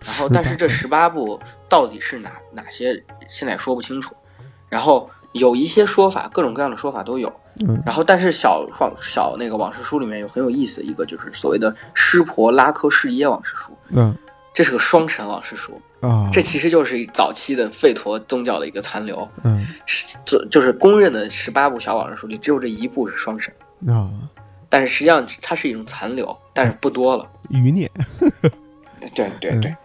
B: 然后但是这十八部到底是哪哪些，现在也说不清楚。然后有一些说法，各种各样的说法都有。
A: 嗯
B: 然后，但是小往小那个往事书里面有很有意思的一个，就是所谓的湿婆拉科士耶往事书，
A: 嗯
B: 这是个双神往事书，
A: 啊，
B: 这其实就是早期的吠陀宗教的一个残留，
A: 嗯
B: 是就就是公认的十八部小往事书里只有这一部是双神。
A: 啊
B: 但是实际上它是一种残留，但是不多了。
A: 余孽，
B: 对对
A: 嗯
B: 对，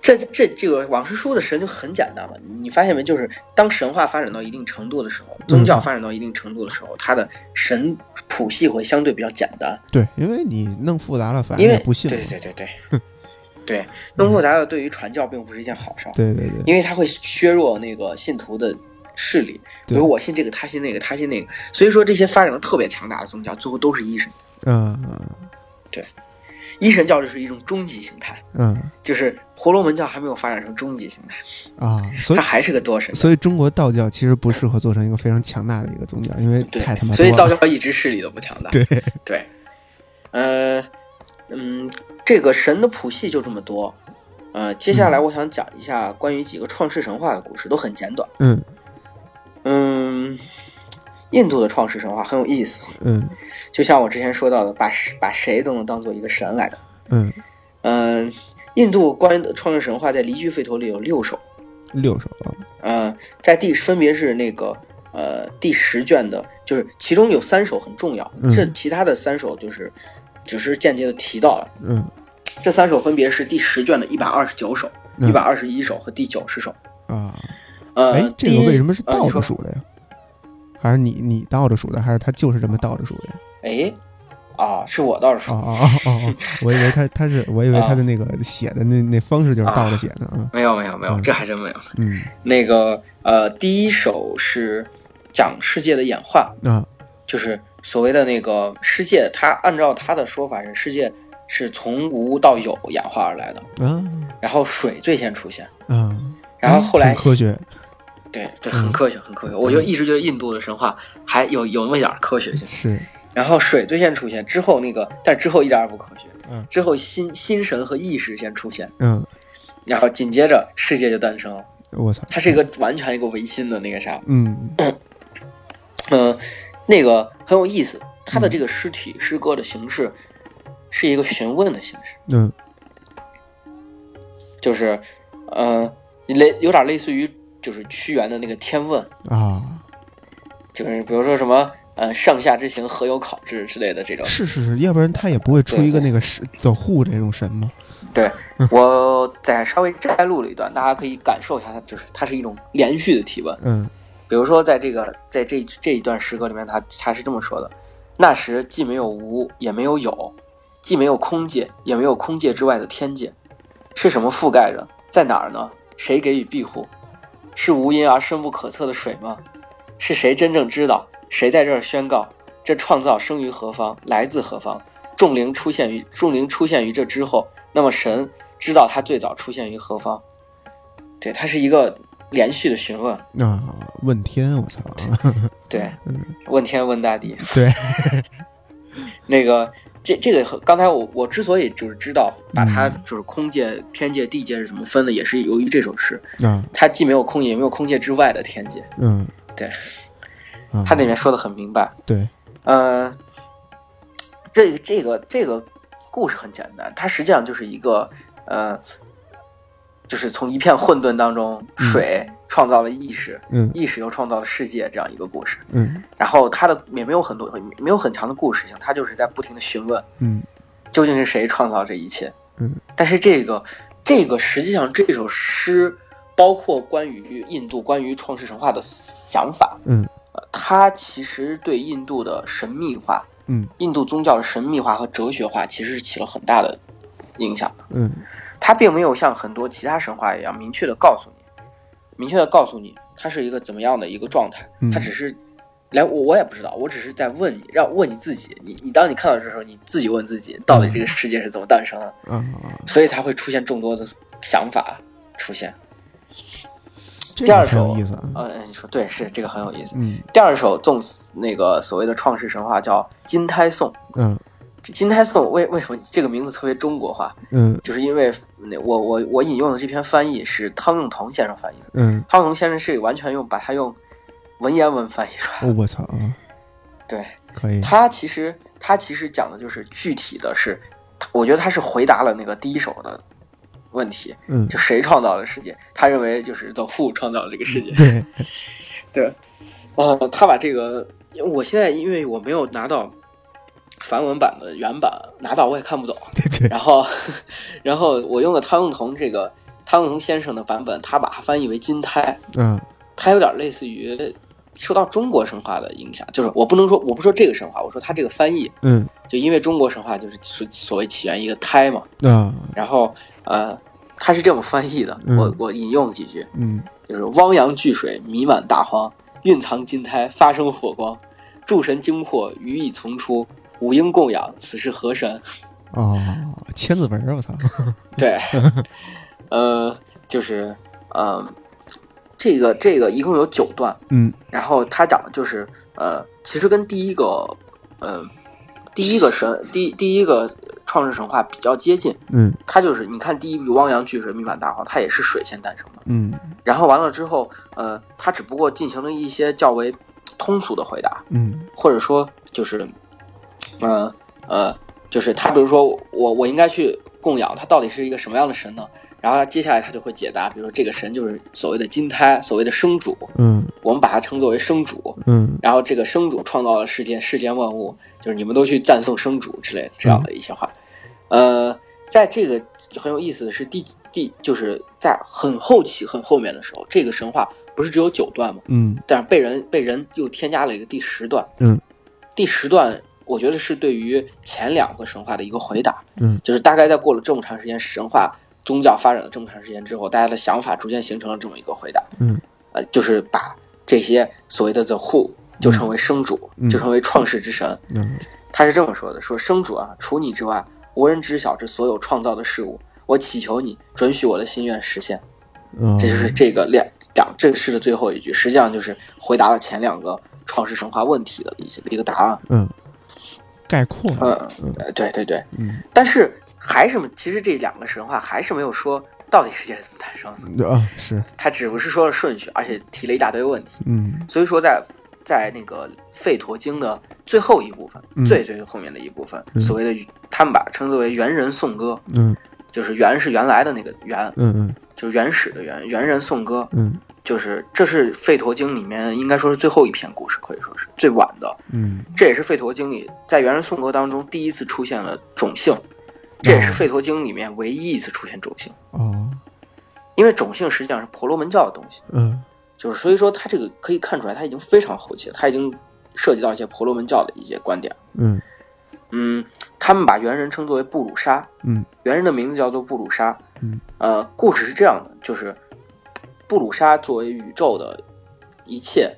B: 这这这个往事书的神就很简单了，你发现没？就是当神话发展到一定程度的时候，宗
A: 嗯
B: 教发展到一定程度的时候，它的神谱系会相对比较简单，
A: 对，因为你弄复杂了，反正
B: 因为
A: 也哎不信
B: 对
A: 嘛，
B: 对对对对 对，弄复杂了对于传教并不是一件好事儿，
A: 对对对，
B: 因为它会削弱那个信徒的。势力，比
A: 对
B: 如我信这个，他信那个，他信那个，所以说这些发展的特别强大的宗教，最后都是一神。
A: 嗯
B: 一神教就是一种终极形态，
A: 嗯
B: 就是婆罗门教还没有发展成终极形态，
A: 啊，所以
B: 它。还是个多神教。
A: 所以中国道教其实不适合做成一个非常强大的一个宗教，因为
B: 对
A: 太他，妈
B: 所以
A: 多
B: 道
A: 了
B: 教一直势力都不强大。
A: 对
B: 对，呃，嗯，这个神的谱系就这么多。呃，接下
A: 嗯
B: 来我想讲一下关于几个创世神话的故事，都很简短。
A: 嗯
B: 嗯，印度的创世神话很有意思，
A: 嗯
B: 就像我之前说到的，把把谁都能当做一个神来看。
A: 嗯，
B: 嗯、印度关于创世神话在离居吠陀里有六首。
A: 六首啊，
B: 呃，在第分别是那个呃第十卷的，就是其中有三首很重要，
A: 嗯
B: 这其他的三首就是只是间接的提到了。
A: 嗯
B: 这三首分别是第十卷的一百二十九首、
A: 嗯
B: 一百二十一首和第九十首。
A: 啊，哎
B: 呃，，
A: 这个为什么是
B: 第一呃
A: 倒
B: 你
A: 着
B: 说
A: 数的呀？还是你你倒着数的，还是他就是这么倒着数的呀？
B: 哎，啊，是我倒是
A: 哦
B: 说、
A: 哦哦哦哦，我以为他他是我以为他的那
B: 啊
A: 个写的那那方式就是倒着写的啊，
B: 没有没有没有，
A: 嗯
B: 这还真没有。
A: 嗯
B: 那个呃，第一首是讲世界的演化，
A: 啊
B: 就是所谓的那个世界，它按照它的说法是世界是从无到有演化而来的，
A: 啊
B: 然后水最先出现，
A: 啊，
B: 然后后来
A: 很科学，嗯
B: 对对，很科学，很科学。我就一直觉得印度的神话还有有那么一点儿科学性。
A: 是
B: 然后水最先出现，之后那个，但之后一点儿也不科学。
A: 嗯，
B: 之后心心神和意识先出现，
A: 嗯，
B: 然后紧接着世界就诞生了。
A: 我操，
B: 它是一个完全一个唯心的那个啥，
A: 嗯
B: 嗯、那个很有意思。它的这个诗体诗歌的形式是一个询问的形式，
A: 嗯
B: 就是，呃，类有点类似于就是屈原的那个天问，
A: 啊，
B: 就是比如说什么，呃，上下之行，何有考之之类的这种。
A: 是是是，要不然他也不会出一个那个神的护这种神嘛，
B: 对我再稍微摘录了一段，大家可以感受一下，它就是它是一种连续的提问。
A: 嗯
B: 比如说，在这个在这这一段诗歌里面，他他是这么说的：那时既没有无，也没有有，既没有空界，也没有空界之外的天界，是什么覆盖着？在哪儿呢？谁给予庇护？是无因而深不可测的水吗？是谁真正知道？谁在这儿宣告？这创造生于何方？来自何方？众灵出现于众灵出现于这之后，那么神知道他最早出现于何方？对，它是一个连续的询问。
A: 啊，问天，我操，
B: 对，问天问大地。
A: 对，
B: 那个这这个和刚才我我之所以就是知道把它就是空界、天界、地界是怎么分的，也是由于这首诗，
A: 啊
B: 它既没有空界，也没有空界之外的天界，
A: 嗯，
B: 对，
A: 啊
B: 它里面说的很明白。
A: 对，
B: 嗯、这个这个这个故事很简单，它实际上就是一个呃，就是从一片混沌当中，水创造了意识，
A: 嗯
B: 意识又创造了世界这样一个故事。
A: 嗯
B: 然后他的也没有很多没有很强的故事性，他就是在不停的询问
A: 嗯
B: 究竟是谁创造这一切。
A: 嗯，
B: 但是这个这个实际上这首诗包括关于印度关于创世神话的想法，
A: 嗯
B: 呃它其实对印度的神秘化、
A: 嗯
B: 印度宗教的神秘化和哲学化其实是起了很大的影响的。
A: 嗯
B: 它并没有像很多其他神话一样明确的告诉你，明确的告诉你它是一个怎么样的一个状态
A: 嗯，
B: 它只是。连我我也不知道，我只是在问你，让问你自己，你你当你看到这时候，你自己问自己，到底这个
A: 嗯
B: 世界是怎么诞生的，
A: 啊，
B: 所以才会出现众多的想法出现。
A: 这
B: 第
A: 个
B: 二
A: 很有
B: 首
A: 意思啊，
B: 呃，你说对，是这个很有意思。
A: 嗯
B: 第二首纵死那个所谓的创世神话叫《金胎颂》，
A: 嗯
B: 这《金胎颂》为为什么这个名字特别中国化？
A: 嗯
B: 就是因为那我我我引用的这篇翻译是汤用彤先生翻译的，
A: 嗯，
B: 汤用彤先生是完全用把它用文言文翻译出来的。
A: 哦我操啊，
B: 对
A: 可以，
B: 他其实他其实讲的就是具体的是，我觉得他是回答了那个第一首的问题，
A: 嗯
B: 就谁创造了世界？他认为就是 The Who 创造了这个世界。
A: 对，
B: 对，呃，他把这个，我现在因为我没有拿到梵文版的原版，拿到我也看不懂。
A: 对
B: 然后，然后我用的汤用彤这个汤用彤先生的版本，他把它翻译为金胎，
A: 嗯
B: 它有点类似于受到中国神话的影响，就是我不能说我不说这个神话，我说它这个翻译，
A: 嗯
B: 就因为中国神话就是所所谓起源一个胎嘛，
A: 啊
B: 然后呃，它是这么翻译的，我
A: 嗯
B: 我引用几句，
A: 嗯
B: 就是汪洋巨水弥漫大荒，蕴藏金胎发生火光，诸神惊魄予以从出，五应供养，此是河神。
A: 啊，千字文儿我操，
B: 对，呃，就是呃，这个这个一共有九段，
A: 嗯
B: 然后他讲的就是呃，其实跟第一个呃第一个神第第一个创世神话比较接近，
A: 嗯
B: 它就是你看第一句汪洋巨水弥漫大荒，它也是水先诞生的。
A: 嗯
B: 然后完了之后，呃，他只不过进行了一些较为通俗的回答，
A: 嗯
B: 或者说就是，呃呃，就是他比如说我我应该去供养他到底是一个什么样的神呢？然后接下来他就会解答，比如说这个神就是所谓的金胎，所谓的生主，
A: 嗯
B: 我们把它称作为生主。
A: 嗯
B: 然后这个生主创造了世界，世间万物，就是你们都去赞颂生主之类的这样的一些话。呃，在这个很有意思的是第第就是在很后期很后面的时候，这个神话不是只有九段吗？
A: 嗯
B: 但是被人被人又添加了一个第十段。
A: 嗯，
B: 第十段我觉得是对于前两个神话的一个回答。
A: 嗯，
B: 就是大概在过了这么长时间神话宗教发展了这么长时间之后，大家的想法逐渐形成了这么一个回答。
A: 嗯，
B: 呃，就是把这些所谓的 the who 就称为生主，
A: 嗯
B: 就称为创世之神。
A: 嗯
B: 啊他是这么说的：说生主啊，除你之外，无人知晓这所有创造的事物。我祈求你准许我的心愿实现。
A: 嗯，
B: 这就是这个两两这个诗的最后一句，实际上就是回答了前两个创世神话问题的一些一个答案。
A: 嗯，概括
B: 嗯
A: 了，嗯，
B: 呃，对对对，
A: 嗯
B: 但是还是其实这两个神话还是没有说到底世界是怎么诞生的，
A: 啊是，
B: 它只不是说了顺序，而且提了一大堆问题。
A: 嗯
B: 所以说在在那个吠陀经的最后一部分，
A: 嗯
B: 最最后面的一部分，
A: 嗯
B: 所谓的他们把它称之为猿人颂歌，
A: 嗯
B: 就是猿是原来的那个猿，
A: 嗯
B: 就是原始的猿，猿人颂歌，
A: 嗯
B: 就是这是吠陀经里面应该说是最后一篇故事，可以说是最晚的，
A: 嗯
B: 这也是吠陀经里在猿人颂歌当中第一次出现了种姓，这也是吠陀经里面唯一一次出现种姓，
A: 哦
B: 因为种姓实际上是婆罗门教的东西。
A: 嗯
B: 就是所以说，他这个可以看出来，他已经非常后期了，他已经涉及到一些婆罗门教的一些观点。
A: 嗯
B: 嗯，他们把猿人称作为布鲁莎，
A: 嗯
B: 猿人的名字叫做布鲁莎。
A: 嗯，
B: 呃，故事是这样的，就是布鲁莎作为宇宙的一切，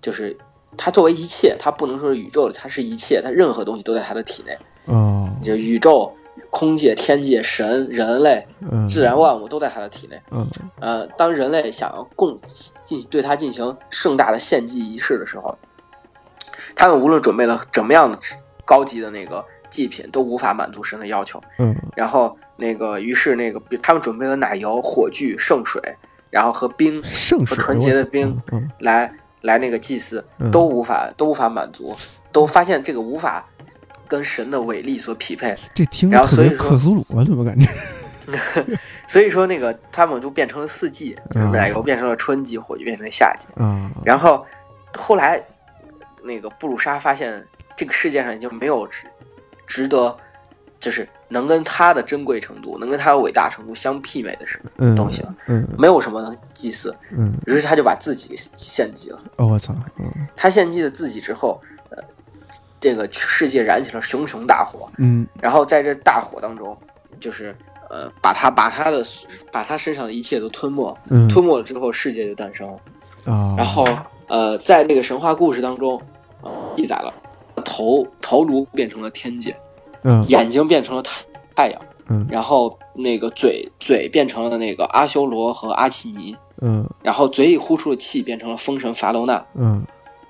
B: 就是它作为一切，它不能说是宇宙的，它是一切，它任何东西都在它的体内，
A: 哦
B: 就宇宙、空界、天界、神、人类、
A: 嗯
B: 自然万物都在它的体内。
A: 嗯
B: 呃，当人类想要共进对它进行盛大的献祭仪式的时候，他们无论准备了怎么样的高级的那个祭品，都无法满足神的要求。
A: 嗯
B: 然后那个，于是那个他们准备了奶油、火炬、圣水，然后和冰
A: 圣水
B: 和纯洁的冰
A: 嗯
B: 来来那个祭祀
A: 嗯，
B: 都无法都无法满足，都发现这个无法跟神的伟力所匹配。
A: 这听
B: 然
A: 着特
B: 后所以
A: 别
B: 说
A: 克苏鲁啊，怎么感觉？
B: 所以说，那个他们就变成了四季，就是
A: 嗯
B: 奶油变成了春季，火炬变成了夏季。
A: 啊，
B: 然后后来，那个布鲁莎发现这个世界上已经没有值值得，就是能跟他的珍贵程度、能跟他的伟大程度相媲美的事，
A: 嗯，
B: 东西了
A: 嗯
B: 没有什么能祭祀。
A: 嗯，
B: 于是他就把自己给献祭了。
A: 哦我操，嗯
B: 他献祭了自己之后，呃，这个世界燃起了熊熊大火。
A: 嗯
B: 然后在这大火当中，就是呃，把他把他的把他身上的一切都吞没，
A: 嗯
B: 吞没了之后，世界就诞生了。
A: 啊，
B: 然后呃，在那个神话故事当中、呃记载了头头颅变成了天界，
A: 嗯
B: 眼睛变成了太太阳，
A: 嗯
B: 然后那个嘴嘴变成了那个阿修罗和阿奇尼，
A: 嗯
B: 然后嘴里呼出的气变成了风神法罗那，
A: 嗯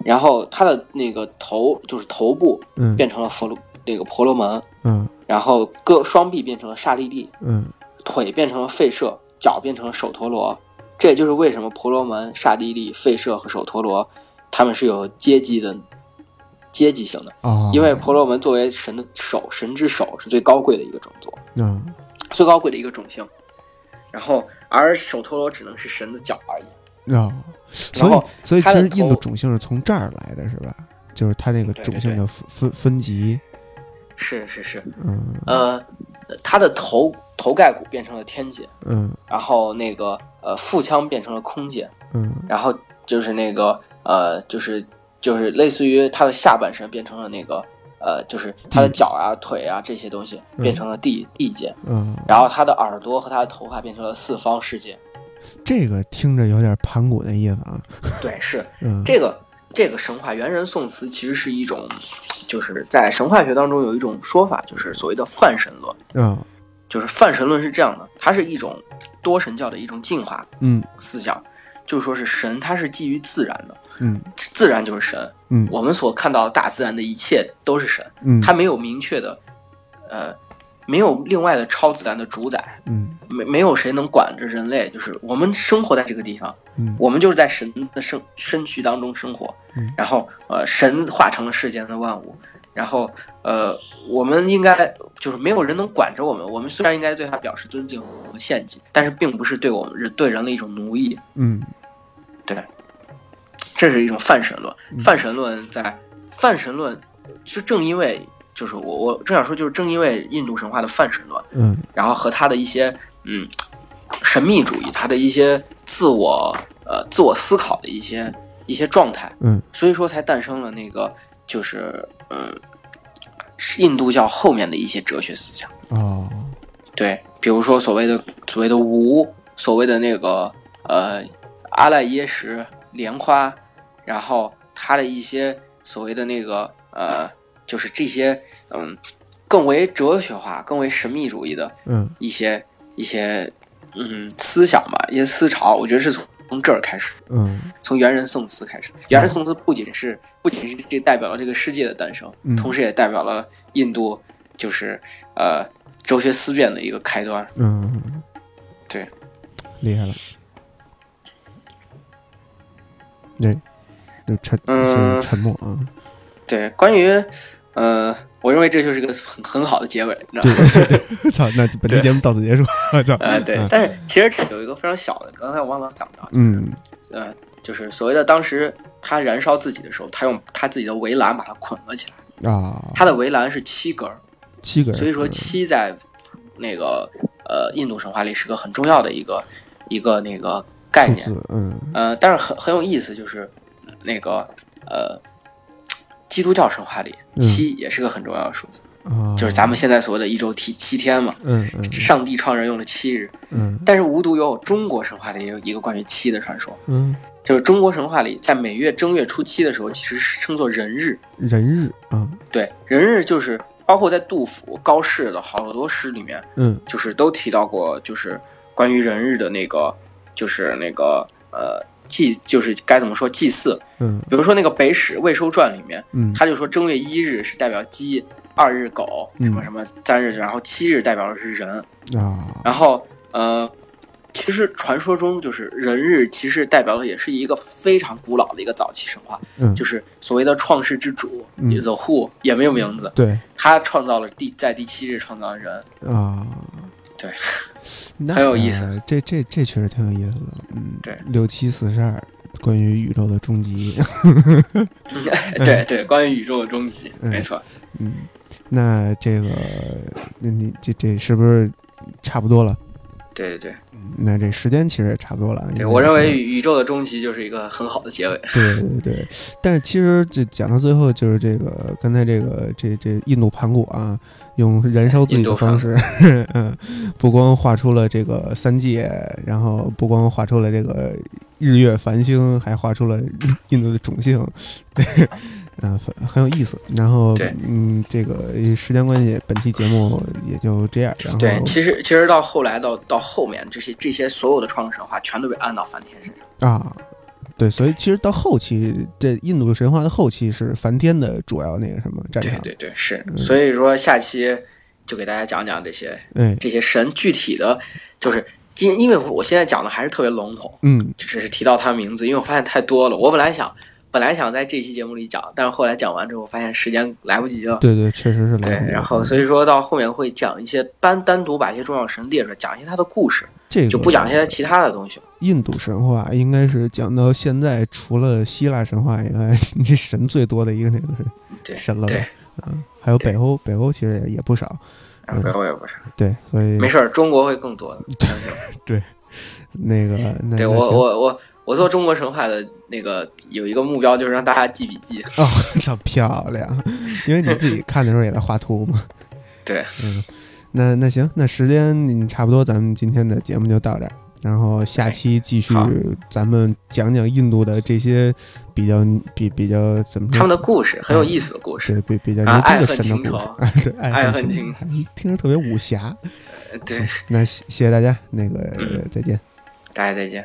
B: 然后他的那个头就是头部
A: 嗯
B: 变成了佛罗那个婆罗门，
A: 嗯
B: 然后各双臂变成了刹帝利，
A: 嗯
B: 腿变成了吠舍，脚变成了手陀罗。这也就是为什么婆罗门、刹帝利、吠舍和手陀罗，他们是有阶级的阶级性的，
A: 啊，
B: 因为婆罗门作为神的手，神之手是最高贵的一个种族，
A: 嗯
B: 最高贵的一个种姓。然后，而手陀罗只能是神的脚而已。
A: 啊，所
B: 然后
A: 以所以其
B: 它的
A: 实印度
B: 头
A: 种姓是从这儿来的是吧？就是它那个
B: 对对
A: 种姓
B: 对
A: 的分分分级，
B: 是是是，
A: 嗯
B: 呃，他的头头盖骨变成了天界，
A: 嗯
B: 然后那个呃腹腔变成了空界，
A: 嗯
B: 然后就是那个呃，就是就是类似于他的下半身变成了那个呃，就是他的脚啊、腿啊这些东西变成了地、地界，
A: 嗯，
B: 然后他的耳朵和他的头发变成了四方世界。
A: 这个听着有点盘古的意思啊，
B: 对，是
A: 嗯
B: 这个这个神话猿人宋词其实是一种，就是在神话学当中有一种说法，就是所谓的泛神论。
A: 啊
B: 就是泛神论是这样的，它是一种多神教的一种进化
A: 嗯
B: 思想，就是说是神它是基于自然的，
A: 嗯
B: 自然就是神，
A: 嗯
B: 我们所看到的大自然的一切都是神，
A: 嗯，
B: 它没有明确的，呃，没有另外的超自然的主宰，
A: 嗯
B: 没没有谁能管着人类，就是我们生活在这个地方，
A: 嗯
B: 我们就是在神的身身躯当中生活
A: 嗯，
B: 然后呃，神化成了世间的万物，然后呃，我们应该就是没有人能管着我们，我们虽然应该对他表示尊敬和献祭，但是并不是对我们人对人的一种奴役，
A: 嗯
B: 这是一种泛神论。泛神论在泛神论，就正因为就是我我正想说，就是正因为印度神话的泛神论，
A: 嗯
B: 然后和他的一些嗯神秘主义，他的一些自我呃自我思考的一些一些状态，
A: 嗯，
B: 所以说才诞生了那个就是嗯印度教后面的一些哲学思想，
A: 哦
B: 对，比如说所谓的所谓的无，所谓的那个呃阿赖耶识、莲花，然后他的一些所谓的那个呃，就是这些嗯更为哲学化、更为神秘主义的
A: 嗯
B: 一些一些嗯思想吧，一些思潮，我觉得是从从这儿开始，
A: 嗯
B: 从元人宋词开始。元人宋词不仅是不仅是这代表了这个世界的诞生，
A: 嗯
B: 同时也代表了印度就是呃哲学思辨的一个开端。
A: 嗯，
B: 对，
A: 厉害了。对，就沉
B: 嗯
A: 是沉默啊，
B: 对，关于呃，我认为这就是一个很很好的结尾，你知道吗？
A: 操，那本期节目到此结束， 我操，
B: 呃，对，但是其实这有一个非常小的，刚才我忘了讲到，
A: 嗯
B: 呃，就是所谓的当时他燃烧自己的时候，他用他自己的围栏把它捆了起来，
A: 啊，
B: 他的围栏是七根儿，
A: 七个人，
B: 所以说七在那个呃印度神话里是个很重要的一个一个那个概
A: 数
B: 念，
A: 字，嗯
B: 呃，但是很很有意思，就是嗯那个呃。基督教神话里，
A: 嗯
B: 七也是个很重要的数字，
A: 啊，
B: 就是咱们现在所谓的一周七七天嘛。
A: 嗯嗯
B: 上帝创人用了七日，
A: 嗯
B: 但是无独有偶，中国神话里也有一个关于七的传说，
A: 嗯，
B: 就是中国神话里在每月正月初七的时候，其实是称作人日。
A: 人日啊，
B: 对，人日就是包括在杜甫、高适的好多诗里面，
A: 嗯
B: 就是都提到过，就是关于人日的那个，就是那个呃祭，就是该怎么说祭祀。
A: 嗯
B: 比如说那个《北史魏收传》里面，
A: 嗯
B: 他就说正月一日是代表鸡，二日狗，什
A: 嗯
B: 么什么三日，然后七日代表的是人。
A: 啊，
B: 然后呃，其实传说中就是人日，其实代表的也是一个非常古老的一个早期神话，
A: 嗯
B: 就是所谓的创世之主、
A: 嗯
B: The Who 也没有名字，
A: 对
B: 他创造了第在第七日创造了人。
A: 啊，
B: 对，
A: 那
B: 很有意思，
A: 这这这确实挺有意思的，嗯，
B: 对
A: 六七四十二，关于宇宙的终极，
B: 对对，关于宇宙的终极，
A: 嗯
B: 没错。
A: 嗯，那这个，那你这这是不是差不多了？
B: 对对对，
A: 那这时间其实也差不多了。因
B: 对我认为
A: 是
B: 宇宙的终极就是一个很好的结尾。
A: 对对对，但是其实这讲到最后，就是这个刚才这个这这印度盘古啊，用燃烧自己的方式， 嗯，不光画出了这个三界，然后不光画出了这个日月繁星，还画出了印度的种姓， 嗯、很很有意思。然后
B: 对
A: 嗯，这个时间关系，本期节目也就这样。然后
B: 对，其实其实到后来到到后面这些这些所有的创世神话全都被按到梵天身上。
A: 啊，对，所以其实到后期，这印度神话的后期是梵天的主要那个什么战
B: 对
A: 场，
B: 对对，是。所以说下期就给大家讲讲这些
A: 哎，
B: 这些神具体的，就是因因为我现在讲的还是特别笼统，
A: 嗯
B: 就只是提到他名字，因为我发现太多了。我本来想本来想在这期节目里讲，但是后来讲完之后，我发现时间来不及了。
A: 对对，确实是
B: 对
A: 来不及，
B: 然后所以说到后面会讲一些单单独把一些重要神列出来，讲一些他的故事，
A: 这个
B: 就不讲一些其他的东西了。
A: 印度神话，应该是讲到现在，除了希腊神话以外， 这神最多的一个那个
B: 对
A: 是神了吧，
B: 对，
A: 嗯，还有
B: 对
A: 北欧，北欧其实也也不少，
B: 然后我也啊不是，
A: 对，所以
B: 没事儿，中国会更多的。相信我
A: 那个那那
B: 对我
A: 行
B: 我我我做中国神话的那个有一个目标，就是让大家记笔记。
A: 哦， 操，漂亮！因为你自己看的时候也在画图嘛。
B: 对，
A: 嗯，那那行，那时间嗯差不多，咱们今天的节目就到这儿。然后下期继续
B: 哎好，
A: 咱们讲讲印度的这些比较比比较怎么
B: 他
A: 说？
B: 们的故事
A: 嗯
B: 很有意思的故事，
A: 是比比较
B: 啊
A: 牛逼
B: 爱
A: 的神
B: 恨
A: 的
B: 情
A: 故
B: 仇
A: 事， 啊，对，爱
B: 爱
A: 恨
B: 恨
A: 情
B: 情
A: 仇，听着特别武侠。
B: 对，
A: 那谢谢谢大家，那个
B: 嗯
A: 再见。
B: 大家再见。